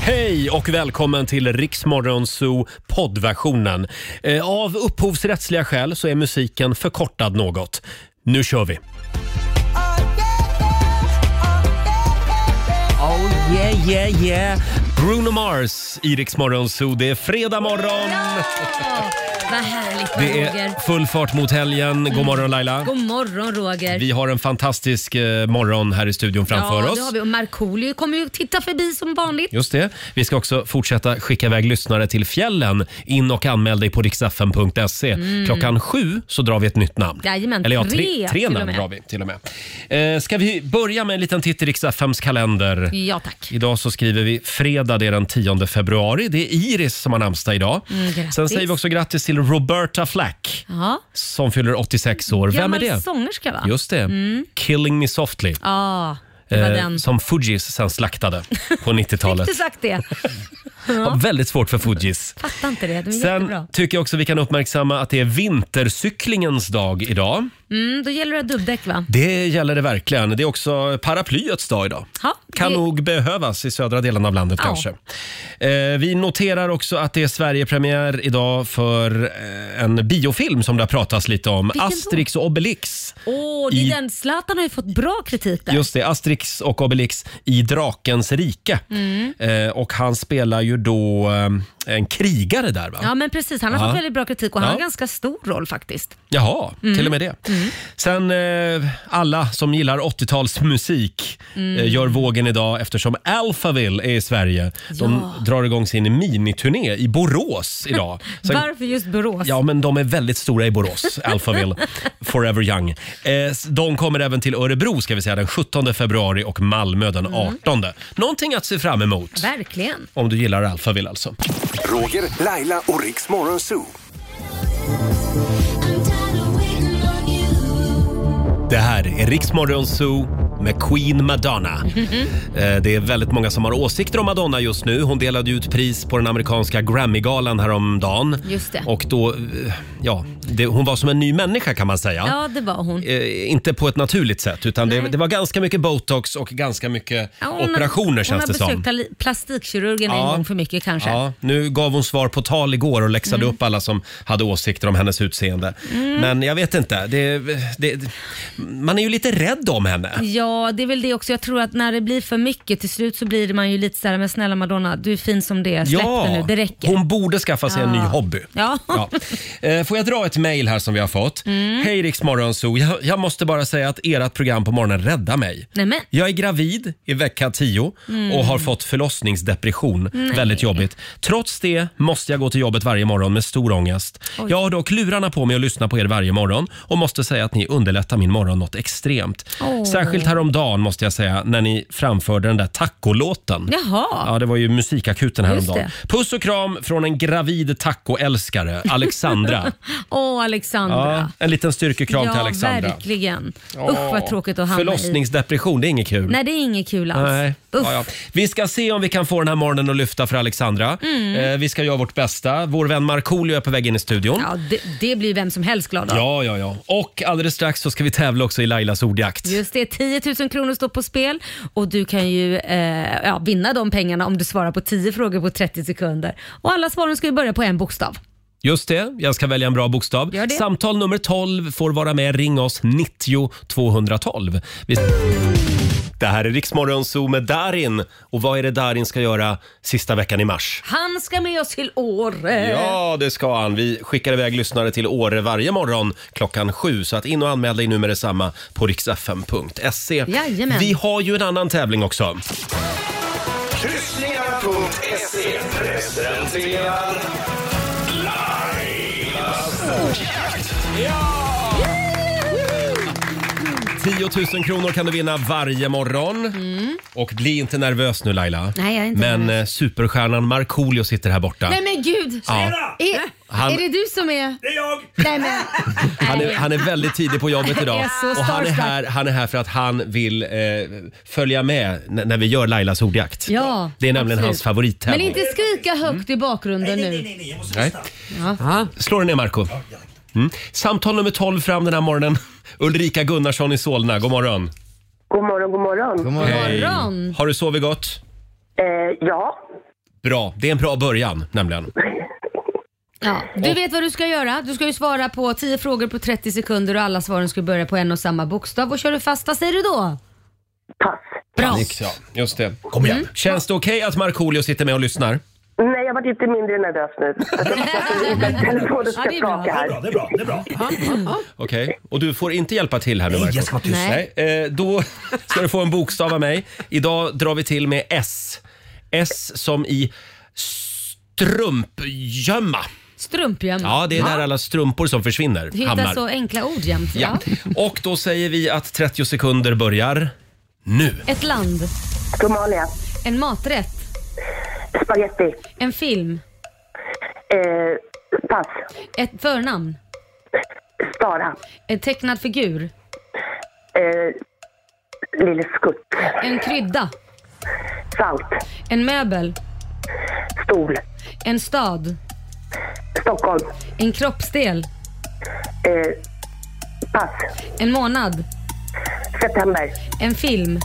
Hej och välkommen till Riksmorgon Zoo poddversionen. Eh, Av upphovsrättsliga skäl så är musiken förkortad något. Nu kör vi! Oh yeah, yeah, yeah! Bruno Mars i Riksmorgon Zoo. Det är fredag morgon. Vad härligt Det Roger. Mm. är full fart mot helgen. God morgon Laila. God morgon Roger. Vi har en fantastisk eh, morgon här i studion framför ja, oss. det har vi. Och Markoolio kommer ju titta förbi som vanligt. Just det. Vi ska också fortsätta skicka iväg lyssnare till fjällen. In och anmäl dig på riksfn.se. Klockan sju så drar vi ett nytt namn. Mm. Jajamän, Eller ja, tre tre, till tre och namn med. drar vi till och med. Eh, ska vi börja med en liten titt i riksfms kalender? Ja tack. Idag så skriver vi fredag, det är den 10 februari. Det är Iris som har namnsdag idag. Mm, grattis. Sen säger vi också grattis till Roberta Flack Ja. som fyller 86 år. Vem är Gammal det? sångerska va? Mm. Just det. Killing Me Softly. eh, Ja, det var den. Som Fugees sen slaktade på 90-talet. Riktigt sagt det. Har väldigt svårt för Fugees. Fattar inte det. De är jättebra. Sen tycker jag också vi kan uppmärksamma att det är vintercyklingens dag idag. Mm, då gäller det dubbdäck va? Det gäller det verkligen. Det är också paraplyets dag idag. Ja, Kan det- nog behövas i södra delen av landet Ja. kanske. Eh, vi noterar också att det är Sverigepremiär idag för eh, en biofilm som det har pratats lite om. Vilken då? Asterix och Obelix. Åh, det är I- den. Zlatan har ju fått bra kritik där. Just det, Asterix och Obelix i Drakens rike. Mm. Eh, och han spelar ju då eh, en krigare där va? Ja men precis, han har Ja. fått väldigt bra kritik och han Ja. har ganska stor roll faktiskt. Jaha, till och med det. Sen eh, alla som gillar 80-talsmusik eh, gör vågen idag eftersom Alphaville är i Sverige. De drar igång sin miniturné i Borås idag. Sen- Varför just Borås? Ja, men de är väldigt stora i Borås, Alphaville. Forever Young. Eh, s- De kommer även till Örebro ska vi säga, den 17 februari och Malmö den 18. Någonting att se fram emot, Verkligen. om du gillar Alphaville alltså. Roger, Laila och Riks Morgonzoo. Det här är Riksmorgon Zoo med Queen Madonna. Eh, Det är väldigt många som har åsikter om Madonna just nu. Hon delade ut pris på den amerikanska Grammygalan häromdagen. Just det. Och då, eh, ja, det, hon var som en ny människa kan man säga. Ja, det var hon. Eh, inte på ett naturligt sätt utan det, Nej. det var ganska mycket botox och ganska mycket Ja, hon- operationer känns det som. Hon har besökt pla- plastikkirurgen Ja. en gång för mycket kanske. Mm. Ja, nu gav hon svar på tal igår och läxade upp alla som hade åsikter om hennes utseende. Men jag vet inte. Det, det, man är ju lite rädd om henne. Ja, det är väl det också. Jag tror att när det blir för mycket till slut så blir man ju lite så här, men snälla Madonna, du är fin som det är. Släpp det nu, det räcker. hon borde skaffa sig en ny Ja. hobby. Ja. Eh, Får jag dra ett mejl här som vi har fått? Mm. Hej Rix Morgonzoo. Jag, jag måste bara säga att ert program på morgonen räddar mig. Nej, men. Jag är gravid i vecka 10 Mm. och har fått förlossningsdepression. Väldigt jobbigt. Trots det måste jag gå till jobbet varje morgon med stor ångest. Jag har dock lurarna på mig och lyssnar på er varje morgon och måste säga att ni underlättar min morgon något extremt. Åh. Särskilt häromdagen måste jag säga när ni framförde den där tacolåten. Jaha. Ja, det var ju musikakuten häromdagen. Just Puss och kram från en gravid tacoälskare, Alexandra. Åh, ja, Alexandra. en liten styrkekram till Alexandra. verkligen. Usch vad tråkigt att hamna i. Förlossningsdepression, det är inget kul. Nej, det är inget kul alls. Nej. Uff. Ja, ja. Vi ska se om vi kan få den här morgonen att lyfta för Alexandra. Mm. Eh, vi ska göra vårt bästa. Vår vän Markoolio är på väg in i studion. Ja, det, det blir vem som helst glad av. Ja, ja, ja. Och alldeles strax så ska vi tävla också i Lailas ordjakt. Just det, 10 000 kronor står på spel och du kan ju eh, ja, vinna de pengarna om du svarar på 10 frågor på 30 sekunder. Och alla svaren ska ju börja på en bokstav. Just det, jag ska välja en bra bokstav. Gör det. Samtal nummer 12 får vara med. Ring oss 90 212. Vi... Det här är Riksmorgon Zoo med Darin. Och vad är det Darin ska göra sista veckan i mars? Han ska med oss till Åre. Ja, det ska han. Vi skickar iväg lyssnare till Åre varje morgon klockan sju. Så att in och anmäl dig nu med detsamma på riksfm.se. Jajamän. Vi har ju en annan tävling också. Kryssningar.se presenterar Lailas ordjakt. 10 000 kronor kan du vinna varje morgon. Och bli inte nervös nu Laila. Nej, jag är inte Men nervös. eh, superstjärnan Markoolio sitter här borta. Nej men gud! Ja. Är, Han- är det du som är... Det är jag! Nej men, Han är, han är väldigt tidig på jobbet Jag idag. är så Och han är, starstruck. här, han är här för att han vill eh, följa med n- när vi gör Lailas ordjakt. Ja, det är nämligen absolut. hans favorittävling. men inte skrika högt i bakgrunden nu. Nej. Slå den ner Marco. Mm. Samtal nummer 12 fram den här morgonen. Ulrika Gunnarsson i Solna, god morgon. God morgon, god morgon. morgon. Har du sovit gott? Eh, ja, Bra, det är en bra början nämligen. Ja, du vet vad du ska göra. Du ska ju svara på 10 frågor på 30 sekunder och alla svaren ska börja på en och samma bokstav. Och kör du fast, vad säger du då? Pass. Bra. Ja, just det. Kom igen. Känns det okej att Markoolio sitter med och lyssnar? Nej, jag var lite mindre nervös nu. Jag försöker att telefonen ska Ja, det är bra. skaka här. Det är bra, det är bra. Okej. Och du får inte hjälpa till här nu Marco. jag ska vara tyst. Nej. Nej, eh, då ska du få en bokstav av mig. Idag drar vi till med S. S som i strumpgömma. Mm. Strumpjämma. Ja, det är där alla strumpor som försvinner Du hittar hamnar. så enkla ord jämt. Ja. Ja. Och då säger vi att 30 sekunder börjar nu. Ett land, Somalia. en maträtt, Spaghetti. en film, Eh, pass. ett förnamn, Stara. en tecknad figur, Eh, Lille Skutt. en krydda, Salt. en möbel, Stol. en stad, Stockholm. en kroppsdel, Eh, pass. en månad, September. en film.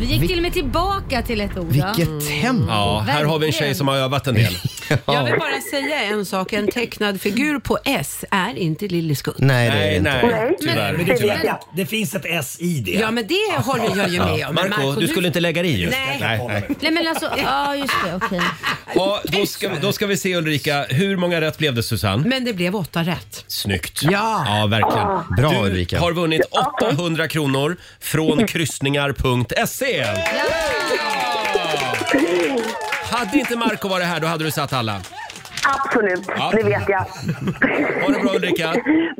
Vi gick till och med tillbaka till ett ord. ja. Vilket tempo. Ja, här har vi en tjej Verkligen. som har övat en del. Jag vill bara säga en sak. En tecknad figur på S är inte Lille Skutt. Nej, det är det Nej, inte. nej, tyvärr. Men det, är vet tyvärr. jag. det finns ett S i det. Ja, men det håller jag ju med om. Men Marco, du skulle inte lägga dig i just. Nej. nej. Nej men alltså, ja just det, okej. Ja, då, ska, då ska vi se Ulrika, hur många rätt blev det Susanne? Men det blev åtta rätt. Snyggt. Ja. ja verkligen. Ah. Bra Du Ulrika. har vunnit 800 kronor från kryssningar.se. Hade inte Marco varit här då hade du satt alla. Absolut, Ja. det vet jag. Ha det bra, Ulrika.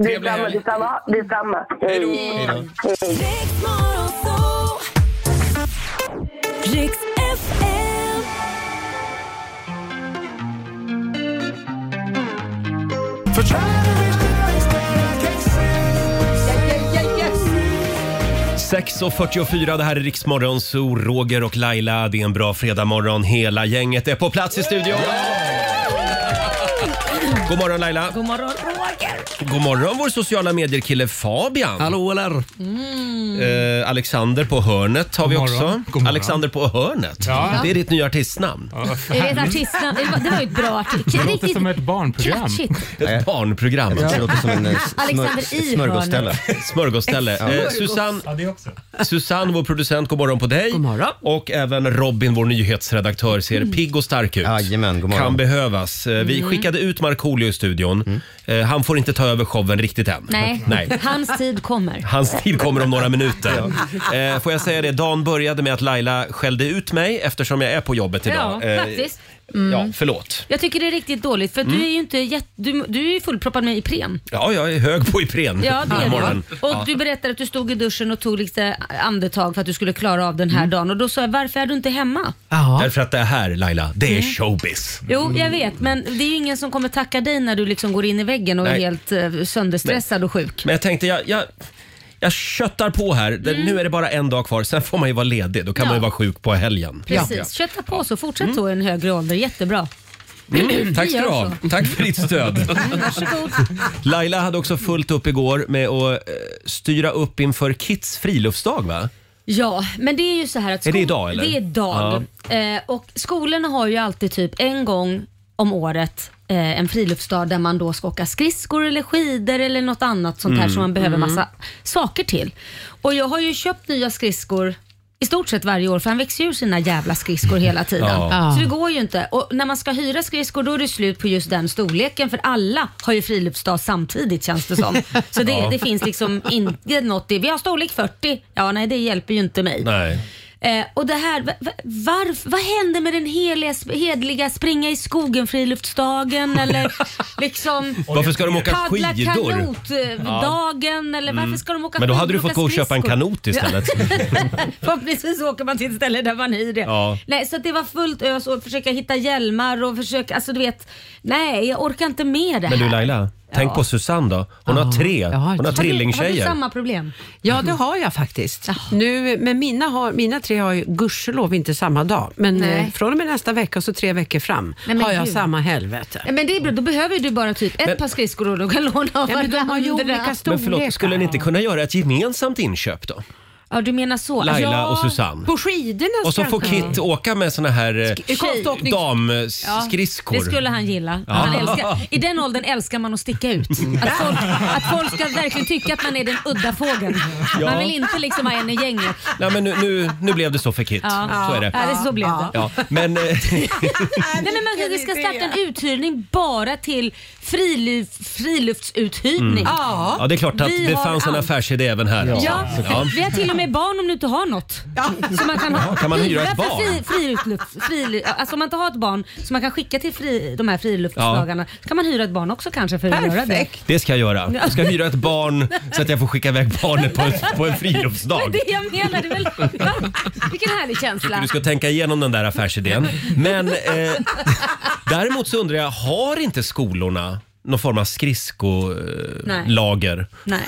Trevlig Detsamma, helg. detsamma. detsamma. Hej då. Riks FM. Yes. 6.44, det här är Riksmorgon, så Roger och Laila. Det är en bra fredagmorgon. Hela gänget är på plats i studion. God morgon Laila! God morgon Roger! God morgon vår sociala medier-kille Fabian. Hallå eller? Mm. Eh, Alexander på hörnet har vi God morgon. också. God morgon. Alexander på hörnet. Ja. Det är ditt nya artistnamn. Är det ett artistnamn? Det var- Det var ju ett Ah, bra Det artistnamn. låter som ett barnprogram. Catchigt. Ett barnprogram. alltså. Det låter som en eh, Alexander smör, i smörgåsställe. Smörgåsställe. Eh, Susanne, Ja, det också. Susanne, vår producent, god morgon på dig. God morgon. Och även Robin, vår nyhetsredaktör, ser Mm. pigg och stark ut. Jajamän, god morgon. Mm. Kan behövas. Eh, Vi skickade ut Markoolio i studion. Eh, Han får inte ta över showen riktigt än. Nej. hans tid kommer. Hans tid kommer om några minuter. Eh, får jag säga det, dagen började med att Laila skällde ut mig eftersom jag är på jobbet idag. Ja, Eh, faktiskt. Mm. Ja, förlåt. Jag tycker det är riktigt dåligt för du är ju inte jätte, du, du är ju fullproppad med Ipren. Ja, jag är hög på Ipren Ja, det den här är morgonen. du. Och du berättade att du stod i duschen och tog lite andetag för att du skulle klara av den här dagen. Och då sa jag, varför är du inte hemma? Ja. Därför att det här, Laila, det Mm. är showbiz. Jo, jag vet, men det är ju ingen som kommer tacka dig när du liksom går in i väggen och Nej. är helt eh, sönderstressad och sjuk. Men jag tänkte, jag, jag, jag köttar på här. Det- Nu är det bara en dag kvar, sen får man ju vara ledig. Då kan Mm. Ja. man ju vara sjuk på helgen. Precis, kötta på så. Fortsätt så i en högre ålder. Jättebra. Mm, tack ska gör du ha. Tack för ditt stöd. Varsågod. Laila hade också fullt upp igår med att eh, styra upp inför Kids friluftsdag, va? Ja, men det är ju så här att Är det skol- idag, eller? Det är idag. Eh, och skolorna har ju alltid typ en gång om året eh, en friluftsdag där man då ska åka skridskor eller skidor eller något annat sånt Mm, här som man behöver massa saker till. Och jag har ju köpt nya skridskor i stort sett varje år för han växer ju ur sina jävla skridskor hela tiden. Ja. Så det går ju inte. Och när man ska hyra skridskor då är det slut på just den storleken för alla har ju friluftsdag samtidigt känns det som. Så det, det finns liksom inte något i, vi har storlek 40, ja nej det hjälper ju inte mig. Nej. Eh, och det här, va- va- varf, vad hände med den heliga, sp- hedliga springa i skogen friluftsdagen eller liksom Varför ska de åka paddla skidor? Mm. kanot-dagen eller varför ska de åka Men då hade du skidor och fått gå och åka köpa en skridskor? kanot istället. Förhoppningsvis åker man till ett ställe där man hyr det. Ja. Nej, så att det var fullt ös och försöka hitta hjälmar och försöka, alltså du vet. Nej, jag orkar inte med det Men du här. Laila, tänk Ja. på Susanne då. Hon har tre, jag har hon har Har tre. du, har du trillingtjejer. samma problem? ja, det har jag faktiskt. Nu, men mina, har, mina tre har ju gudskelov inte samma dag. Men Nej. eh, från och med nästa vecka och så tre veckor fram Nej, men har jag gud. samma helvete. Nej, Men det är bra, då behöver du bara typ ett par skridskor och du kan låna av Ja, men de har ju varandra. olika Men storlekar. förlåt, skulle ni inte kunna göra ett gemensamt inköp då? Ja, du menar så. Alltså, Laila ja. och Susanne. På skidorna Och så får sprang han. Kit åka med såna här eh, konståknings- Ja, damskridskor. Det skulle han gilla. Ja. Mm. Han älskar, I den åldern älskar man att sticka ut. Att folk, att folk ska verkligen tycka att man är den udda fågeln. Ja. Man vill inte liksom vara en i gänget. Nej, men nu, nu, nu blev det så för Kit. Så är det. Ja, så blev det. Ja, men, eh, Nej, men man kanske ska starta en uthyrning bara till friluft, friluftsuthyrning. Ja. Mm. ja, det är klart att Vi det har fanns en allt. affärsidé även här. Ja, alltså. Ja. vi har till och med barn om du inte har något. Så man kan, ha, kan man hyra ett för barn? Fri, friluft, fri, alltså om man inte har ett barn som man kan skicka till fri, de här friluftsdagarna så kan man hyra ett barn också kanske för att göra det. Perfekt. Det ska jag göra. Jag ska hyra ett barn så att jag får skicka iväg barnet på, en- på en Men friluftsdag. det jag menar, det är väl, va? Vilken härlig känsla. Du ska tänka igenom den där affärsidén. Men eh, däremot så undrar jag, har inte skolorna någon form av Nej. skridskolager? Nej.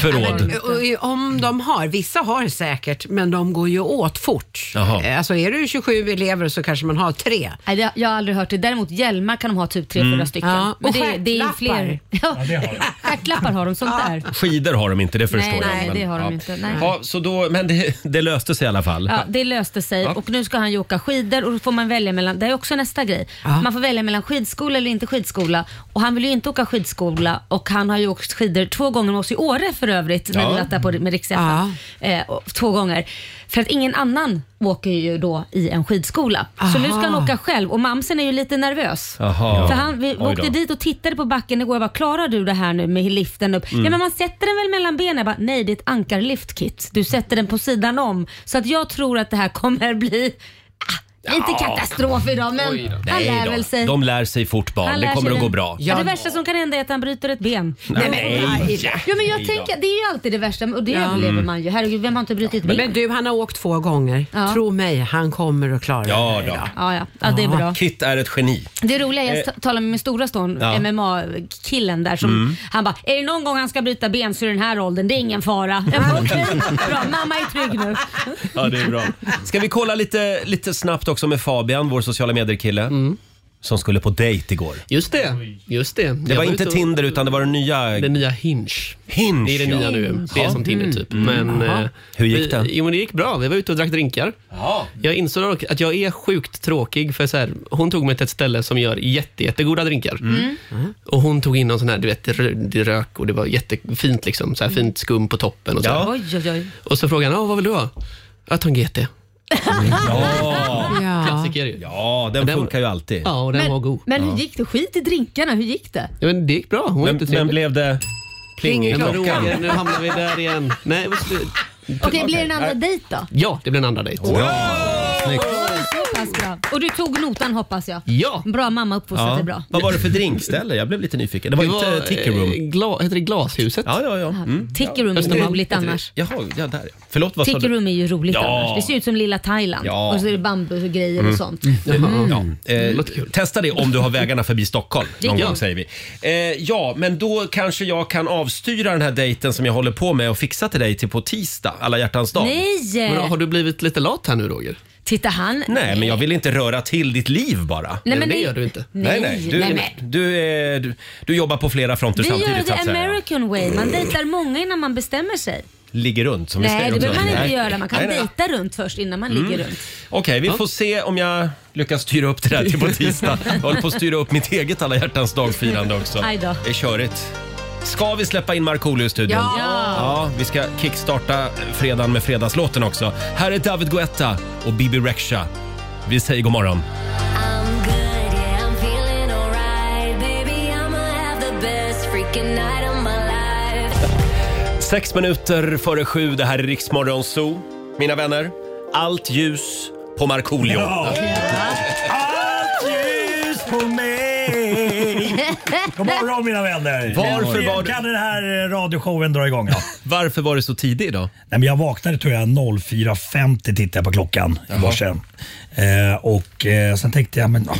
Förråd? Och Om de har, vissa har säkert, men de går ju åt fort. Jaha. Eh, Alltså är du 27 elever så kanske man har tre. Nej, det- jag har aldrig hört det. Däremot hjälmar kan de ha typ tre, Mm. fyra stycken. Ja, och Men det, det är stjärtlappar. fler. Ja, Stjärtlappar har de, sånt där. Skidor har de inte, det förstår Nej, jag. nej, men, det har de ja. inte, nej. Ja, så då, men det, det löste sig i alla fall. Ja, det löste sig och nu ska han ju åka skidor och då får man välja mellan, det är också nästa grej, man får välja mellan skidskola eller inte skidskola och han vill ju inte åka skidskola och han har ju åkt skidor två gånger med oss i Åre för övrigt när Ja. vi varit där på, med riks Ja. eh, och- Två gånger. För att ingen annan åker ju då i en skidskola. Så nu ska han Aha. åka själv och mamsen är ju lite nervös. Jaha. För han, vi Oj vi då. åkte dit och tittade på backen igår och bara, klarar du det här nu med liften upp? Mm. Ja men man sätter den väl mellan benen? Jag bara, Nej det är ett ankarliftkit. Du sätter den på sidan om. Så att jag tror att det här kommer bli ah, lite katastrof idag men han Nej lär då, väl sig. De lär sig fort barn. han Det lär kommer sig att gå den- bra. Ja, det värsta som kan hända är att han bryter ett ben. Nej, nej. Jo men jag Nej tänker, det är ju alltid det värsta och det Mm. överlever man ju. Herregud, vem har inte brutit ett ben? Men du, han har åkt två gånger. Ja. Tro mig, han kommer att klara Ja det. då. Ja, ja. ja, det är bra. Kit är ett geni. Det roliga är att jag talade med min stora son, Eh. Ja. Mm. MMA-killen där, som, han bara “Är det någon gång han ska bryta ben så är det den här åldern, det är ingen fara”. Jag bara, Okej, bra. Mamma är trygg nu. Ja, det är bra. Ska vi kolla lite, lite snabbt också med Fabian, vår sociala medier-kille. Som skulle på dejt igår. Mm. Just det. Just det. Det var inte Tinder utan det var den nya Den nya Hinge. Hinge. Det är det nya ja. Mm. nu. Det är som Tinder typ. Men, eh, Hur gick det? Vi, jo, men det gick bra. Vi var ute och drack drinkar. Ja. Jag insåg dock att jag är sjukt tråkig för så här, hon tog mig till ett ställe som gör jätte, jättegoda drinkar. Mm. Mm. Mm. Och hon tog in någon sån här, du vet, det rö- det rök och det var jättefint liksom, så här Mm. fint skum på toppen och så. Ja. här. Oj, oj, oj. Och så frågade han, "Ja, vad vill du ha? Jag tar en GT. Ja. Klassiker ju. Ja, den Den- funkar ju alltid. Ja, och den var god. Men hur gick det? Skit i drinkarna, hur gick det? Ja, men det gick bra. Hon var Men, men jättetrevlig. blev det pling i Men klockan? Roger, nu hamnar vi där igen. Nej, men slut. Okej, blir det en andra dejt då? ja, det blev en andra dejt. Så pass bra. Och du tog notan hoppas jag? Ja. Bra mamma uppfostrat dig bra. Vad var det för drinkställe? Jag blev lite nyfiken. Det var, Det inte Ticker Room. eh, Gla, heter det Glashuset? Ja, ja, ja. Mm. Ticker room är ju Östermalm roligt heter det. annars. Jaha, ja, där ja. Förlåt, vad sa Ticker du? room är ju roligt Ja. annars. Det ser ut som lilla Thailand. Ja. Mm. Och så är det bambugrejer Mm. och sånt. Mm. Ja, eh, testa det om du har vägarna förbi Stockholm. Någon Ja. gång, säger vi. Eh, ja, men då kanske jag kan avstyra den här dejten som jag håller på med och fixa till dig till på tisdag, alla hjärtans dag. Nej! Men har du blivit lite lat här nu Roger? Titta han. Nej, men jag vill inte röra till ditt liv bara. Nej, Men men det ni- gör du inte. Nej, Nej, nej. Du, nej, men. Du, är, du, du jobbar på flera fronter Vi gör samtidigt. så the att säga. American way. Man dejtar många innan man bestämmer sig. Ligger runt som vi Nej, säger det också. behöver man inte Nej. göra. Man kan Nej, Mm. nej. dejta runt först innan man ligger runt. Okej, vi får se om jag lyckas styra upp det där till på tisdag. Jag håller på att styra upp mitt eget alla hjärtans dagfirande också. Aj då. Det är körigt. Ska vi släppa in Markoolio i studion? Ja. ja! Vi ska kickstarta fredagen med fredagslåten också. Här är David Guetta och Bibi Rexha. Vi säger god morgon. I'm good, yeah, I'm feeling alright. Baby, I'ma have the best freaking night of my life. Sex minuter före sju, det här är Riksmorgon Zoo. Mina vänner, allt ljus på Markoolio. Allt ljus på mig. God morgon mina vänner. Varför var det- kan den här eh, radioshowen dra igång? Ja. Varför var det så tidigt idag? Nej, men jag vaknade tror jag 04.50 tittade jag på klockan i morse. Eh, och eh, sen tänkte jag, men ah,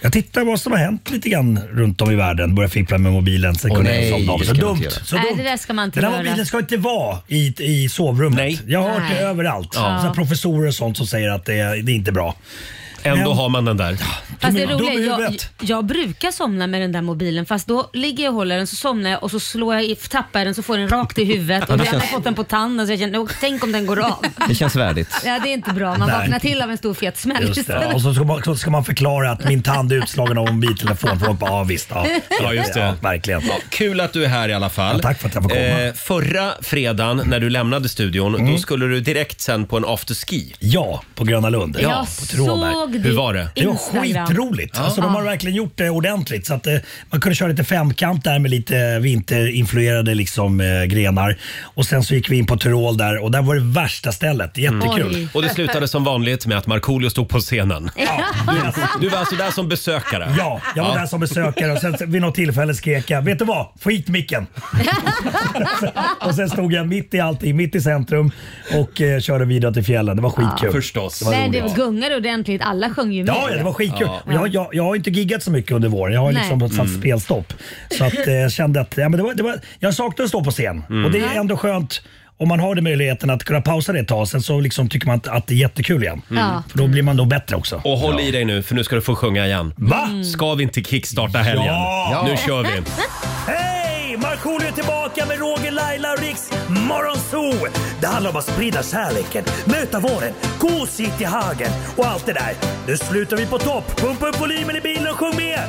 jag tittar vad som har hänt lite grann runt om i världen. Började fippla med mobilen, sen Åh, kunde nej, jag somna av. det Så ska man inte dumt. göra. Så Nej, dumt. det där ska man inte Den här göra. mobilen ska inte vara i, i sovrummet. Nej. Jag har hört Nej. det överallt. Ja. Så här professorer och sånt som säger att det är, det är inte bra. Ändå Men- har man den där. Fast det Dum i roliga, är, jag, huvudet. jag brukar somna med den där mobilen fast då ligger jag och håller den så somnar jag och så slår jag i, tappar jag den så får den rakt i huvudet och det jag har känns- fått den på tanden så jag känner, "Åh, tänk om den går av. Det känns värdigt. Ja, det är inte bra. Man Nej. vaknar till av en stor fet smäll. Just det. Och så ska, man, så ska man förklara att min tand är utslagen av en mobiltelefon. Folk bara, ja visst. Ja, Ja, just det. Ja, verkligen. Ja, kul att du är här i alla fall. Eh, Ja, tack för att jag får komma. Mm. förra fredagen när du lämnade studion, då skulle du direkt sen på en afterski. Ja, på Gröna Lund. Jag på Tråberg. såg Hur var det? Det var Instagram. skitroligt. Alltså, de har verkligen gjort det ordentligt. Så att, eh, man kunde köra lite femkamp där med lite vinterinfluerade liksom, eh, grenar. Och Sen så gick vi in på Tyrol där och där var det värsta stället. Jättekul. Oj. Och det slutade som vanligt med att Markoolio stod på scenen. Yes. Du var alltså där som besökare? Ja, jag var där som besökare och sen vid något tillfälle skrek jag “Vet du vad? Få hit micken!” Och sen stod jag mitt i allting, mitt i centrum och eh, körde vidare till fjällen. Det var skitkul. Förstås. var Nej, roligt. det gungade ordentligt. Alla sjöng ju med. Ja, ja, det var skitkul. Och Jag, jag, jag har inte giggat så mycket under våren. Jag har Nej. liksom satt spelstopp. Så att, eh, jag kände att ja, men det var, det var, jag saknade att stå på scen. Och det är ändå skönt om man har den möjligheten att kunna pausa det ett tag. Sen så liksom tycker man att, att det är jättekul igen. Ja. För då blir man nog bättre också. Och håll i dig nu för nu ska du få sjunga igen. Va? Ska vi inte kickstarta helgen? Ja! Nu kör vi! Hej! Markoolio är tillbaka med Roger, Laila och Riks Morgonzoo! Det handlar om att sprida kärleken, möta våren, gosigt i hagen och allt det där. Nu slutar vi på topp! Pumpa upp volymen i bilen och sjung med!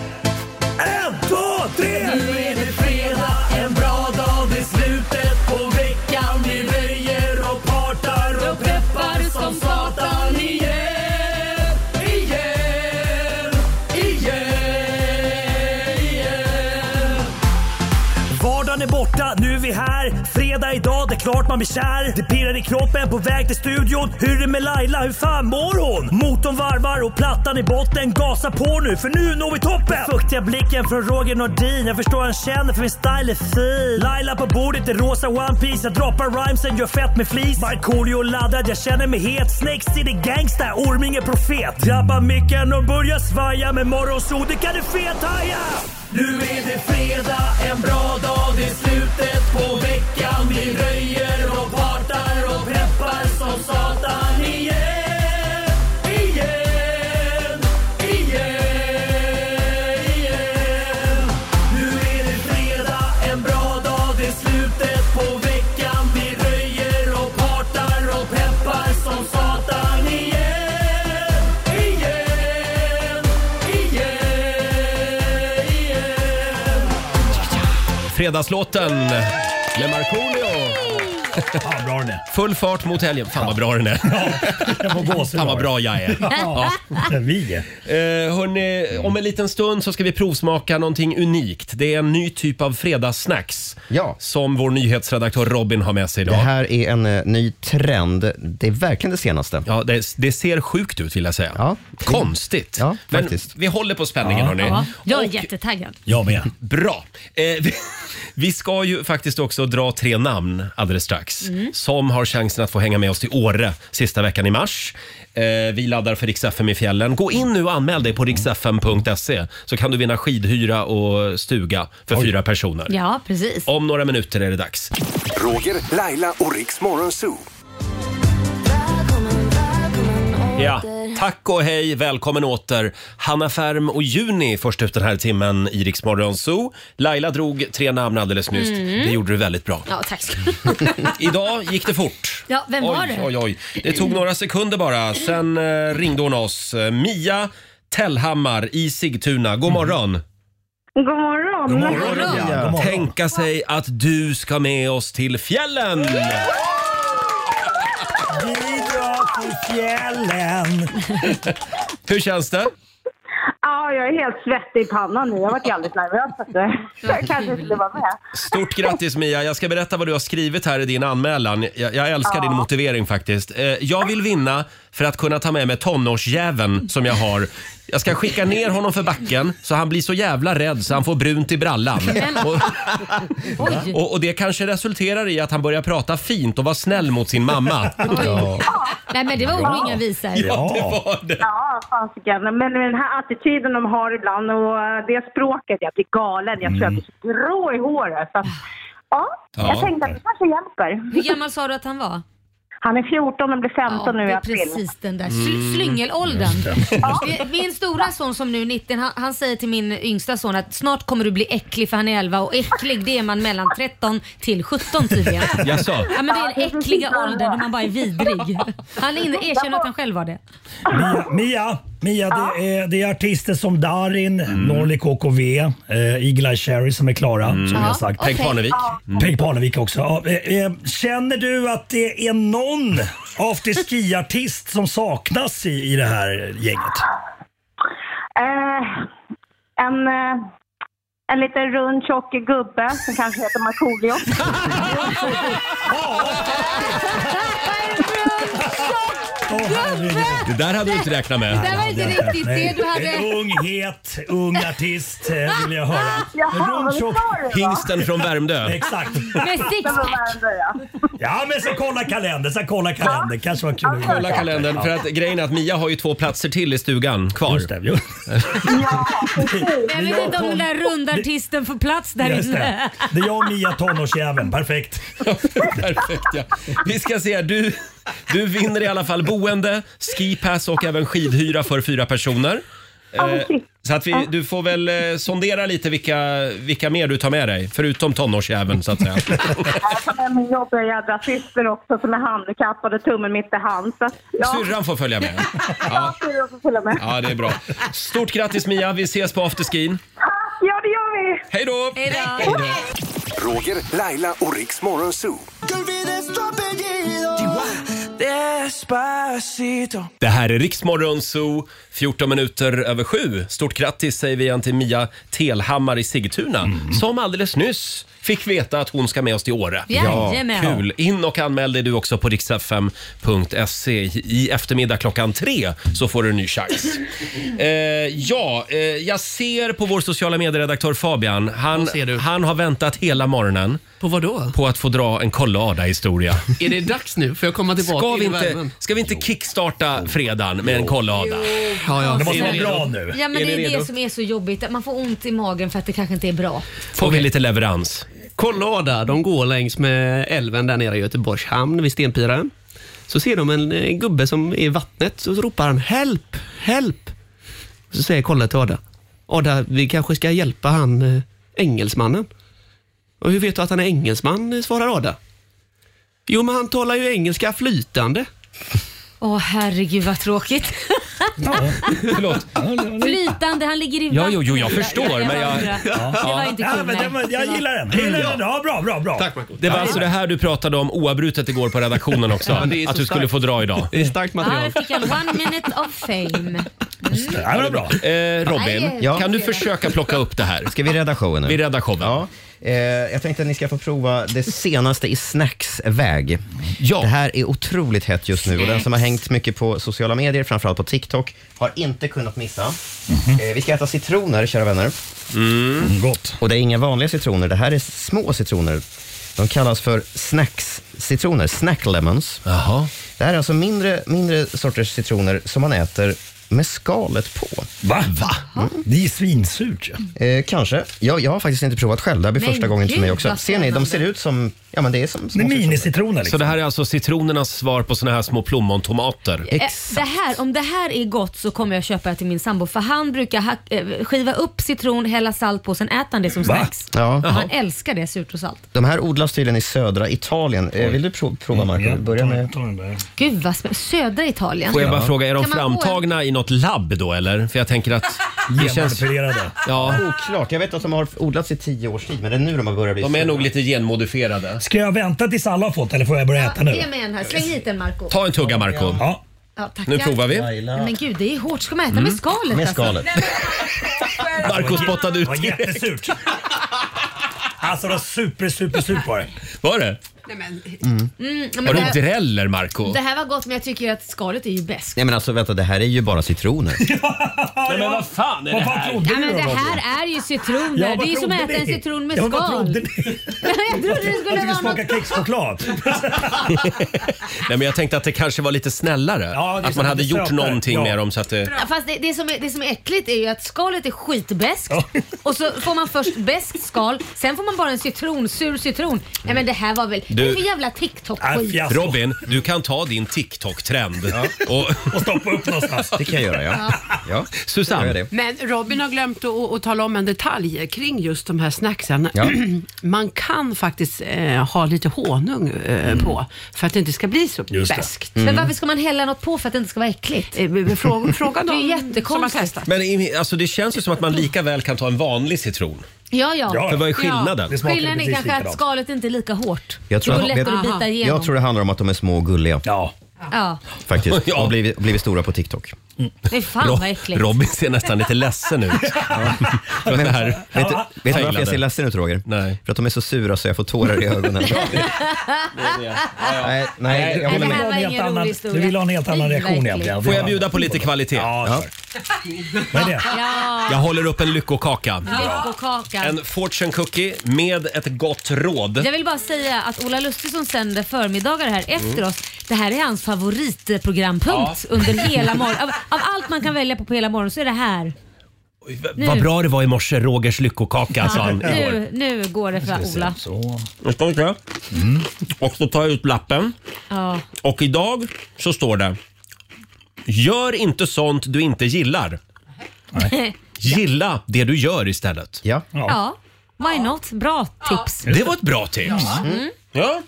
En, två, tre! Nu är det fredag, en bra dag, det är slutet på veckan. Vi röjer och partar och peppar som satan igen, igen, igen, igen. Vardagen är borta, nu är vi här. Fredag idag, det är klart man blir kär. Det pirrar i kroppen på väg till studion. Hur är det med Laila, hur fan mår hon? Motorn varvar och plattan i botten. Gasa på nu, för nu når vi toppen! Fuktiga blicken från Roger Nordin. Jag förstår han känner, för min style är fin. Laila på bordet i rosa One Piece Jag droppar rhymesen, gör fett med flis. Markoolio laddad, jag känner mig het. Snake City Gangsta, Orming är profet. Drabbar micken och börjar svaja. Med morgonsol, det kan du fethaja! Nu är det fredag, en bra dag, det är slutet på veckan. Vi röjer och partar och peppar som satan igen. Igen, igen, igen. Nu är det fredag, en bra dag, det är slutet på veckan. Vi röjer och partar och peppar som satan igen. Igen, igen, igen. Fredagslåten med Markoolio. Fan bra den är. Full fart mot helgen. Fan vad bra den är. Jag får gåshud Fan vad av bra jag är. det. Ja, vi är. Eh, hörni, om en liten stund så ska vi provsmaka någonting unikt. Det är en ny typ av fredagssnacks Ja. som vår nyhetsredaktör Robin har med sig Det idag. här är en eh, ny trend. Det är verkligen det senaste. Ja, det, det ser sjukt ut vill jag säga. Ja. Konstigt. Ja, Men faktiskt. vi håller på spänningen hörni. Ja, jag är Och- jättetaggad. Jag med. Bra. Eh, vi, vi ska ju faktiskt också dra tre namn alldeles strax Mm. som har chansen att få hänga med oss till Åre sista veckan i mars. Eh, vi laddar för Rix FM i fjällen. Gå in nu och anmäl dig på riksfm.se så kan du vinna skidhyra och stuga för fyra personer. Ja, precis. Om några minuter är det dags. Roger, Laila och Riks Morgonzoo. Ja. Tack och hej, välkommen åter. Hanna Färm och Juni först ut den här timmen i Rix Morgon Zoo. Laila drog tre namn alldeles nyss. Mm. Det gjorde du väldigt bra. Ja, tack ska du ha. Idag gick det fort. Ja, vem var oj, det? Oj, oj. Det tog några sekunder bara, sen eh, ringde hon oss. Eh, Mia Tellhammar i Sigtuna. God morgon! God morgon. God Mm. Ja, god morgon. Tänka sig att du ska med oss till fjällen! Vi drar till fjällen. Hur känns det? Ja, jag är helt svettig i pannan nu. Jag har varit jävligt nervös. så att, eh, Jag kanske skulle vara med. Stort grattis Mia! Jag ska berätta vad du har skrivit här i din anmälan. Jag, jag älskar din motivering faktiskt. Eh, jag vill vinna för att kunna ta med mig tonårsjäveln som jag har. Jag ska skicka ner honom för backen så han blir så jävla rädd så han får brunt i brallan. Och, Oj. Och, och det kanske resulterar i att han börjar prata fint och vara snäll mot sin mamma. Nej, men det var ord och inga visor. Ja, Ja, fasiken. Men den här attityden de har ibland och eh, det språket, jag blir galen. Jag tror jag blir så grå i håret. Så att, ja, Ja. jag tänkte att det kanske hjälper. Hur gammal sa du att han var? Han är 14 men blir 15 nu i det är april. precis den där Mm. sl- slyngelåldern. Just det. Ja. Det- Min stora son som nu är 19, han, han säger till min yngsta son att snart kommer du bli äcklig för han är 11 och äcklig det är man mellan 13 till 17 tydligen. Jaså? Ja men det är Ja, den äckliga precis. åldern då man bara är vidrig. Han in- erkänner att han själv var det. Mia, Mia, Mia det, är, det är artister som Darin, Mm. Norli KKV, eh, Eagle-Eye Cherry som är klara. Som jag Mm. Ja, har sagt. Peg okej. Parnevik. Mm. Peg Parnevik också. Ja, eh, eh, känner du att det är någon afterski-artist som saknas i, i det här gänget? Eh, en, eh, en liten rund tjock gubbe som kanske heter Markoolio. Det där hade du inte räknat med. Nej, där var inte riktigt det nej. du hade- En ung, het, ung artist eh, vill jag höra. Jaha, vad sa du då? Hingsten från Värmdö. Exakt. Med sixpack! Ja, men så kolla kalendern, så kolla kalendern. Kanske var kul. att- Kolla kalendern, för att grejen är att Mia har ju två platser till i stugan kvar. Just det, Jag vet inte om den där runda artisten får plats där Just inne. det. det är jag och Mia, tonårsjäveln. Perfekt. Perfekt ja. Vi ska se, du, du vinner i alla fall boende, skipass och även skidhyra för fyra personer. Ja, men Eh, shit. Så att vi, Ja. du får väl eh, sondera lite vilka, vilka mer du tar med dig, förutom tonårsjäveln så att säga. Jag tar med min jobbiga jädra syster också som är handikappad och tummen mitt i hand. Så, att, ja, Syrran får följa med. ja. Ja, syrran får följa med. ja, det är bra. Stort grattis Mia, vi ses på afterskin. Ja, det gör vi! Hej då! Hej då! Roger, Laila och Riks Morgonzoo. Det här är Riksmorgon Zoo, 14 minuter över sju. Stort grattis säger vi igen till Mia Telhammar i Sigtuna Mm. som alldeles nyss fick veta att hon ska med oss till Åre. Jajamän. Kul! In och anmäl dig du också på riksfm.se. I eftermiddag klockan tre så får du en ny chans. eh, ja, eh, jag ser på vår sociala medieredaktör Fabian. Han, han har väntat hela morgonen. På vad då? På att få dra en kolla-Ada-historia. Är det dags nu? Får jag komma tillbaka Ska vi in i inte, värmen? ska vi inte kickstarta fredagen med en kolla-Ada? Ja, ja. Det måste Är vara ni bra redo? nu. Ja men Är det ni är redo? det som är så jobbigt, att man får ont i magen för att det kanske inte är bra. Får vi lite leverans? Kollada, de går längs med älven där nere i Göteborgs hamn vid Stenpira. Så ser de en eh, gubbe som är i vattnet så ropar han “Help! Help!” Så säger Kolla till Ada. Ada, vi kanske ska hjälpa han eh, engelsmannen. Och hur vet du att han är engelsman? eh, svarar Ada. Jo, men han talar ju engelska flytande. Åh herregud vad tråkigt. Förlåt. Flytande, han ligger i Ja, jo, jo, vattnet. jag förstår, men jag- Det Ja. var inte Ja, kul. men nej. den var- jag gillar den. Jag gillar den. Ja, bra, bra, bra. Tack, Det var alltså det här du pratade om oavbrutet igår på redaktionen också. Ja, det är så att du skulle starkt. få dra idag. Det är starkt Ja, där fick jag one minute of fame. Eh, Ja, bra. Eh, Robin, Nej, Ja. kan du försöka plocka upp det här? Ska vi rädda showen nu? Vi räddar showen. Ja. Eh, jag tänkte att ni ska få prova det senaste i snacksväg. Ja. Det här är otroligt hett just nu och den som har hängt mycket på sociala medier, framförallt på TikTok, har inte kunnat missa. Eh, vi ska äta citroner, kära vänner. Gott. Och det är inga vanliga citroner, det här är små citroner. De kallas för snacks-citroner, snack lemons. Jaha. Det här är alltså mindre, mindre sorters citroner som man äter med skalet på. Va? Va? Det är ju svinsurt ju. Eh, kanske. Jag, jag har faktiskt inte provat själv. Det här blir Men första gången för mig gud, också. vad Ser ni, de ser ut som... Ja, men det är som små Minicitroner Så det här är alltså citronernas svar på såna här små plommontomater? Eh, Det här, om det här är gott så kommer jag köpa det till min sambo för han brukar hack, eh, skiva upp citron, hälla salt på sen äter han det som Va? snacks. Ja. Och Han älskar det, surt och salt. De här odlas tydligen i södra Italien. Eh, vill du pro- prova, Marco? Börja med... Gud vad smäll. Södra Italien. Får jag bara fråga, är de Kan man få en- framtagna i något labb då eller? För jag tänker att... Det känns... Genmanipulerade. Ja, Oklart. Jag vet att de har odlats i tio års tid, men det är nu de har börjat bli de är stora. nog lite genmodifierade. Ska jag vänta tills alla har fått eller får jag börja äta nu? Ge mig en här, släng hit en Marco Ta en tugga Marco. Ja. Ja, tackar. Nu provar vi. Mm. Nej, Men gud, det är hårt. Ska man äta med skalet? Med alltså? skalet. Marco spottade ut Det var direkt. jättesurt. Alltså det var super, super, surt var det. Var det? Mm, men Var det, du här, dräller Marco? det här var gott men jag tycker att skalet är ju bäst. Nej, men alltså vänta, det här är ju bara citroner. Nej men vad fan är det Vad fan här? trodde Ja, du men då, det Roger? här är ju citroner. Ja, vad det är ju som att trodde äta en ni? citron med Ja, skal. men vad trodde ni? jag trodde det Jag skulle skulle vara något smaka kexchoklad. Nej men jag tänkte att det kanske var lite snällare. Ja, det är att man så- hade det är gjort sötare. någonting Ja. med dem så att det... Ja, Fast det, det, som är, det som är äckligt är ju att skalet är skitbäst och så får man först bäst skal, sen får man bara en citron, sur citron. Nej men det här var väl... Du Vad är det för jävla Äh, TikTok-skit? Robin, du kan ta din TikTok-trend och... stoppa upp någonstans. Det kan jag göra, ja. ja. Susanne, Men Robin har glömt att, att tala om en detalj kring just de här snacksen. Ja. Man kan faktiskt eh, ha lite honung eh, på för att det inte ska bli så Mm. Just det. beskt. Mm. Men varför ska man hälla något på för att det inte ska vara äckligt? Fråga, fråga Det är dem som har jättekonstigt. testat. men i- alltså, det känns ju som att man lika väl kan ta en vanlig citron. Ja, ja. För vad är skillnaden? Det smakar Skillnaden är precis kanske att likadant. skalet inte är lika hårt. Jag tror, det går jag, lättare att bita igenom. jag tror det handlar om att de är små och gulliga. Ja. Ja. Faktiskt. Och blivit, blivit stora på TikTok. Nej, fan Ro- vad äckligt. Robin ser nästan lite ledsen ut. Men, det här- vet du, vet du varför Thailand. jag ser ledsen ut Roger? Nej. För att de är så sura så jag får tårar i ögonen. nej, nej, jag håller vill med. ha en var helt ingen annan- rolig historia. Du vill ha en helt annan Fy, reaktion verkligen. egentligen. Får jag bjuda på lite kvalitet? Ja, Vad är det? Jag håller upp en lyckokaka. Lyckokaka. En fortune cookie med ett gott råd. Jag vill bara säga att Ola Lustig som sänder förmiddagar här efter Mm. oss, det här är hans favoritprogrampunkt under hela morgonen. Av, av allt man kan välja på på hela morgonen så är det här. Nu. Vad bra det var i morse, Rogers lyckokaka sa Alltså, han igår. nu, nu går det för Ola. Nu ska vi se. Mm. Och så tar jag ut lappen. Ja. Och idag så står det Gör inte sånt du inte gillar. Gilla det du gör istället. Ja. ja, why not? Bra tips. Det var ett bra tips. Mm. Ja.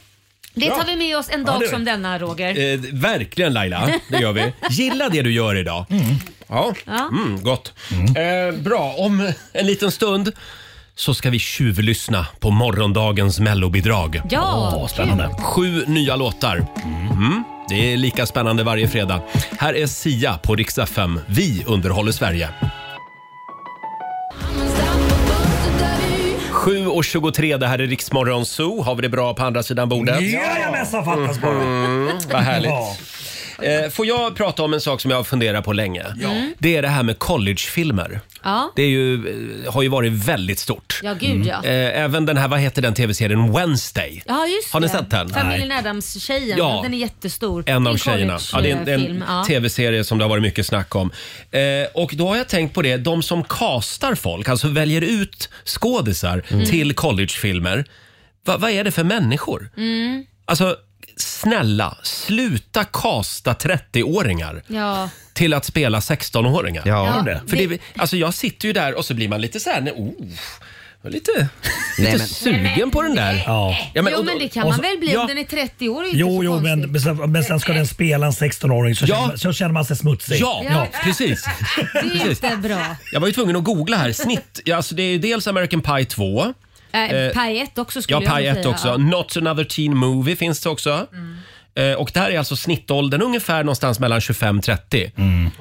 Det Bra. tar vi med oss en Ja, dag det gör som vi. denna Roger. Eh, verkligen Laila, det gör vi. Gilla det du gör idag. Ja, Ja. mm, gott. Eh, bra, om en liten stund så ska vi tjuvlyssna på morgondagens mellobidrag. Ja, Åh, spännande. kul. Sju nya låtar. Mm. Det är lika spännande varje fredag. Här är Sia på Rix FM. Vi underhåller Sverige. 7.23, det här är Riksmorgon Zoo. Har vi det bra på andra sidan bordet? Jajamensan, fattas bara. Mm, vad härligt. Ja. Eh, Får jag prata om en sak som jag har funderat på länge? Mm. Det är det här med collegefilmer. Ja. Det är ju, eh, har ju varit väldigt stort. Ja, gud ja. Eh, Även den här, vad heter den tv-serien, Wednesday? Ja, just Har ni det. sett den? Familjen Adams-tjejen. Ja. Den är jättestor. En av Det är tjejerna. Ja, det är en, det är collegefilm, en eh, ja. tv-serie som det har varit mycket snack om. Eh, och då har jag tänkt på det, de som castar folk, alltså väljer ut skådisar Mm. till collegefilmer. Va, vad är det för människor? Mm. Alltså, snälla, sluta casta 30-åringar. Ja. till att spela 16-åringar. Ja, det. För det, alltså jag sitter ju där och så blir man lite så här, nej, oh, jag är lite, lite men- sugen på den där. Ja. jo och- men det kan och man så- väl bli om ja. den är 30 år. är ju inte Jo, så jo konstigt. men, men sen- men sen ska den spela en 16-åring så, Ja. känner man- så känner man sig smutsig. Ja, precis. Det är precis. inte bra. Jag var ju tvungen att googla här. Snitt, ja, alltså det är ju dels American Pie 2. Äh, Eh, Paj 1 också skulle Ja, jag Pie nog 1 säga. Mm. också. Ja. Not another teen movie finns det också. Eh, Och där är alltså snittåldern ungefär någonstans mellan 25-30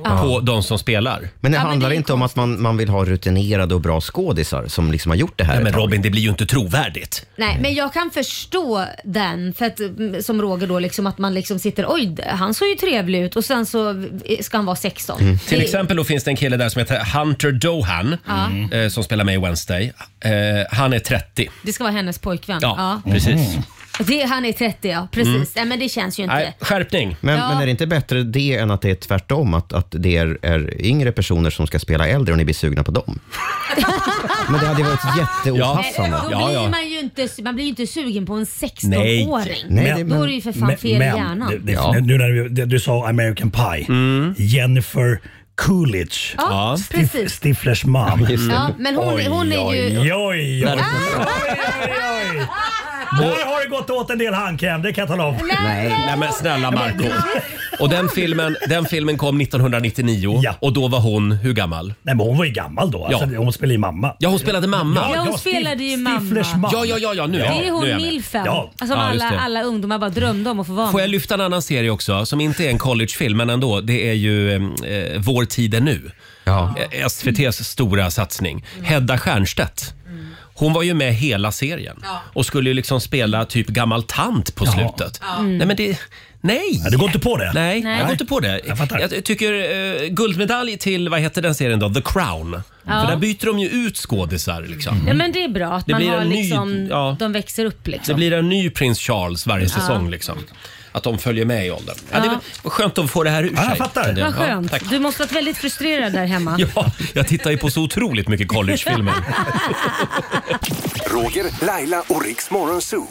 på de som spelar. Men det handlar inte om att man, man vill ha rutinerade och bra skådisar som liksom har gjort det här Nej, men Robin, det blir ju inte trovärdigt. Nej, men jag kan förstå den, för att, mm, som Roger då, liksom, att man liksom sitter oj, d- han såg ju trevlig ut och sen så eh, ska han vara 16. Mm. Till exempel då finns det en kille där som heter Hunter Dohan Ja. eh, som spelar med i Wednesday. Eh, han är 30. Det ska vara hennes pojkvän. Ja, precis. Det, han är 30 ja, precis. Mm. Nej men det känns ju inte. Nej, skärpning. Men, Ja. men är det inte bättre det än att det är tvärtom? Att, att det är, är yngre personer som ska spela äldre och ni blir sugna på dem? Men det hade ju varit jätteopassande. Då blir man ju inte, man blir ju inte sugen på en 16-åring. 16-åring. Då är det ju för fan men- fel men, i hjärnan. Det, det, Nu när du, det, du sa American Pie. Mm. Jennifer Coolidge. Ja, Stif- precis. Stiflers mom. Ja, men hon- hon är ju- Oj, oj, oj. Ah! Där har det gått åt en del handkräm, det kan jag tala om. Nej. Nej men snälla Marco Och den filmen, den filmen kom 1999 och då var hon, hur gammal? Nej men hon var ju gammal då. Alltså, Hon spelade ju mamma. Ja, hon spelade mamma. Ja, hon spelade ju Stiflers mamma. man. Ja, ja, ja, ja, nu är jag- det är nu är hon jag med. milfen. Ja. Ja. Som Ja, just alla, det. alla ungdomar bara drömde om att få vara Får jag med. lyfta en annan serie också som inte är en collegefilm men ändå. Det är ju eh, Vår tid är nu. Eh, SVTs stora satsning. Hedda Stiernstedt. Hon var ju med hela serien och skulle ju liksom spela typ gammal tant på slutet. Mm. Nej men det... Nej! Ja, du går inte på det? Nej, Nej. jag går inte på det. Jag, tycker eh, guldmedalj till, vad heter den serien då? The Crown. Ja. Mm. För där byter de ju ut skådisar liksom. Ja men det är bra att Det man blir har en ny- liksom, ja. de växer upp Det liksom. blir en ny prins Charles varje Ja. säsong liksom. att de följer med i åldern. Ja. det var skönt att få det här ur sig. kände Vad Ja, skönt. tack. du måste ha varit väldigt frustrerad där hemma. Ja, jag tittar ju på så otroligt mycket collegefilmer. Roger, Laila och Riks Morgonzoo.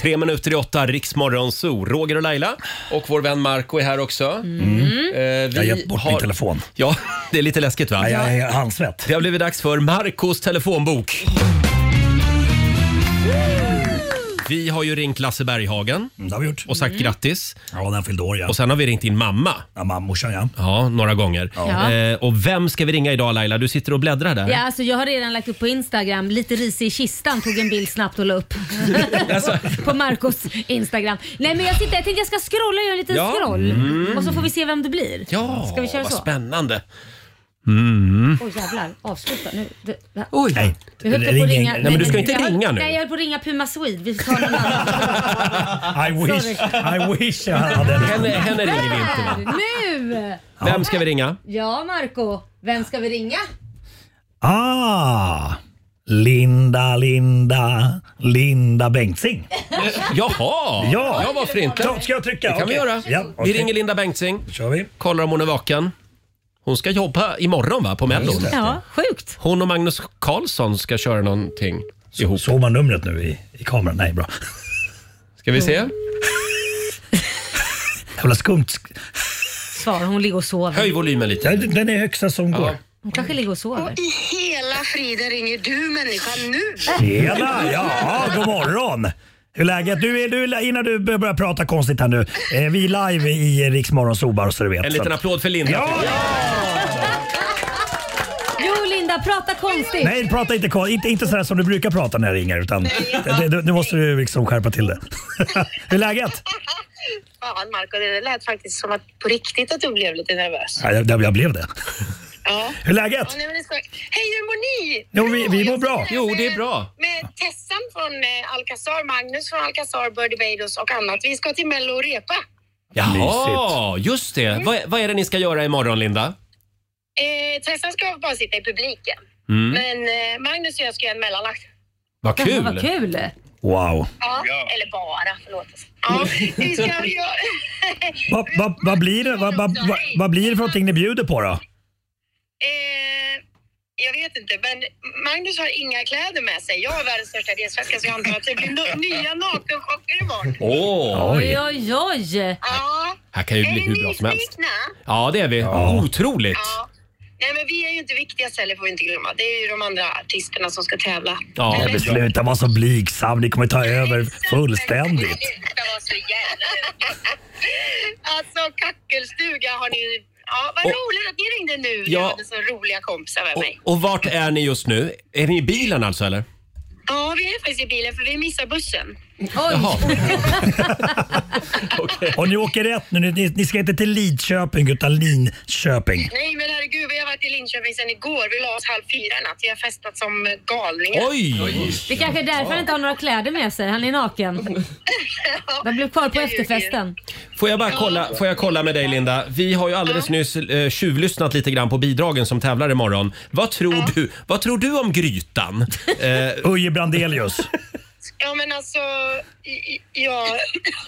Tre minuter i åtta, Riksmorgon Zoo. Roger och Laila och vår vän Marco är här också. Mm. Eh, vi Jag har gett bort min telefon. Ja, det är lite läskigt va? Nej, jag är handsvett. Det har blivit dags för Marcos telefonbok. Vi har ju ringt Lasse Berghagen och sagt grattis. Ja, när han fyllde år ja. Och sen har vi ringt din mamma. Ja, mammorsan ja. Ja, några gånger. Ja. Eh, och vem ska vi ringa idag Laila? Du sitter och bläddrar där. Ja, alltså jag har redan lagt upp på Instagram, lite ris i kistan, tog en bild snabbt och la upp. Alltså. på Marcos Instagram. Nej men jag sitter, jag tänkte jag ska scrolla, göra en liten Ja. scroll. Mm. Och så får vi se vem det blir. Ja, ska vi köra vad så? spännande. Mm. Oj jävlar, avsluta nu. Det, det, Oj. Nej, jag höll på att ring- ringa. Nej, men du ska inte jag höll- ringa nu. Nej, jag höll på att ringa Puma Swede. Vi får ta någon annan. I wish, I wish jag hade Henne, henne ringer vi inte. Där, nu! Vem ska vi ringa? Ja Marco, vem ska vi ringa? Ah! Linda, Linda, Linda Bengtzing. Jaha! Ja. ja varför inte? Klart ska jag trycka. Det kan vi Okej. göra. Ja, okej. Vi ringer Linda Bengtzing. Kör vi. Kollar om hon är vaken. Hon ska jobba imorgon va, på Mellon? Ja, sjukt. Hon och Magnus Carlsson ska köra någonting ihop. Såg man numret nu i, i kameran? Nej, bra. Mm. Ska vi se? Jävla skumt. sk- Svar, hon ligger och sover. Höj volymen lite. Den är högsta som går. Hon kanske ligger och sover. I hela friden ringer du människan nu? Tjena! Ja, god morgon! Hur är läget? Du, är- du, innan du bör- börjar prata konstigt här nu. Eh, vi är live i Riks Morgonzoo bara så du vet. En liten Så att- applåd för Linda. Ja! Jo Linda, prata konstigt. Nej, prata inte konstigt. Inte, inte sådär som du brukar prata när jag ringer. Utan, det, det, nu måste du liksom skärpa till det. Hur är läget? Fan Marco, det lät faktiskt som att på riktigt att du blev lite nervös. Ja, jag, jag blev det. Ja. Hur är läget? Ja, nej, men det ska... Hej, hur mår ni? Jo, vi, Bra, vi mår jag bra. sitter här med- Med Tessan från eh, Alcazar, Magnus från Alcazar, Birdy Beidos och annat. Vi ska till Mello och repa. Jaha, just det. Vad, vad är det ni ska göra imorgon Linda? Eh, Tessan ska bara sitta i publiken. Mm. Men eh, Magnus och jag ska göra en mellanakt. Vad kul! vad kul! Wow. Ja, eller bara, förlåt. Ja, vi ska göra... Vad vad- vad blir, det? Vad- vad- vad- vad blir det för någonting ni bjuder på då? Eh, jag vet inte, men Magnus har inga kläder med sig. Jag är världens största delsvenska så jag antar att det blir no- nya nakenchocker imorgon. Åh! Oj, oj, oj. Ja, Här kan ju bli hur bra som helst. nyfikna? Ja, det är vi. Otroligt! Nej, men vi är ju inte viktigast heller får vi inte glömma. Det är ju de andra artisterna som ska tävla. Ja, men sluta vara så blygsam. Ni kommer ta över fullständigt. Det var så jävla Alltså kackelstuga har ni... Ja, vad Och- roligt att ni ringde nu. Ja. Jag hade så roliga kompisar med mig. Och vart är ni just nu? Är ni i bilen alltså eller? Ja, vi är faktiskt i bilen för vi missar bussen. Jaha. Och ni åker rätt nu. Ni- Ni, ni ska inte till Lidköping utan Linköping. Nej men herregud, vi har varit i Linköping sedan igår. Vi la oss halv fyra i natt. Vi har festat som galningar. Det kanske är därför han inte har några kläder med sig. Han är naken. De blev kvar på efterfesten. Får jag bara kolla, får jag kolla med dig Linda? Vi har ju alldeles nyss eh, tjuvlyssnat lite grann på bidragen som tävlar imorgon. Vad tror, du, vad tror du om grytan? Eh, Uje Brandelius. Ja men alltså, i- i- jag,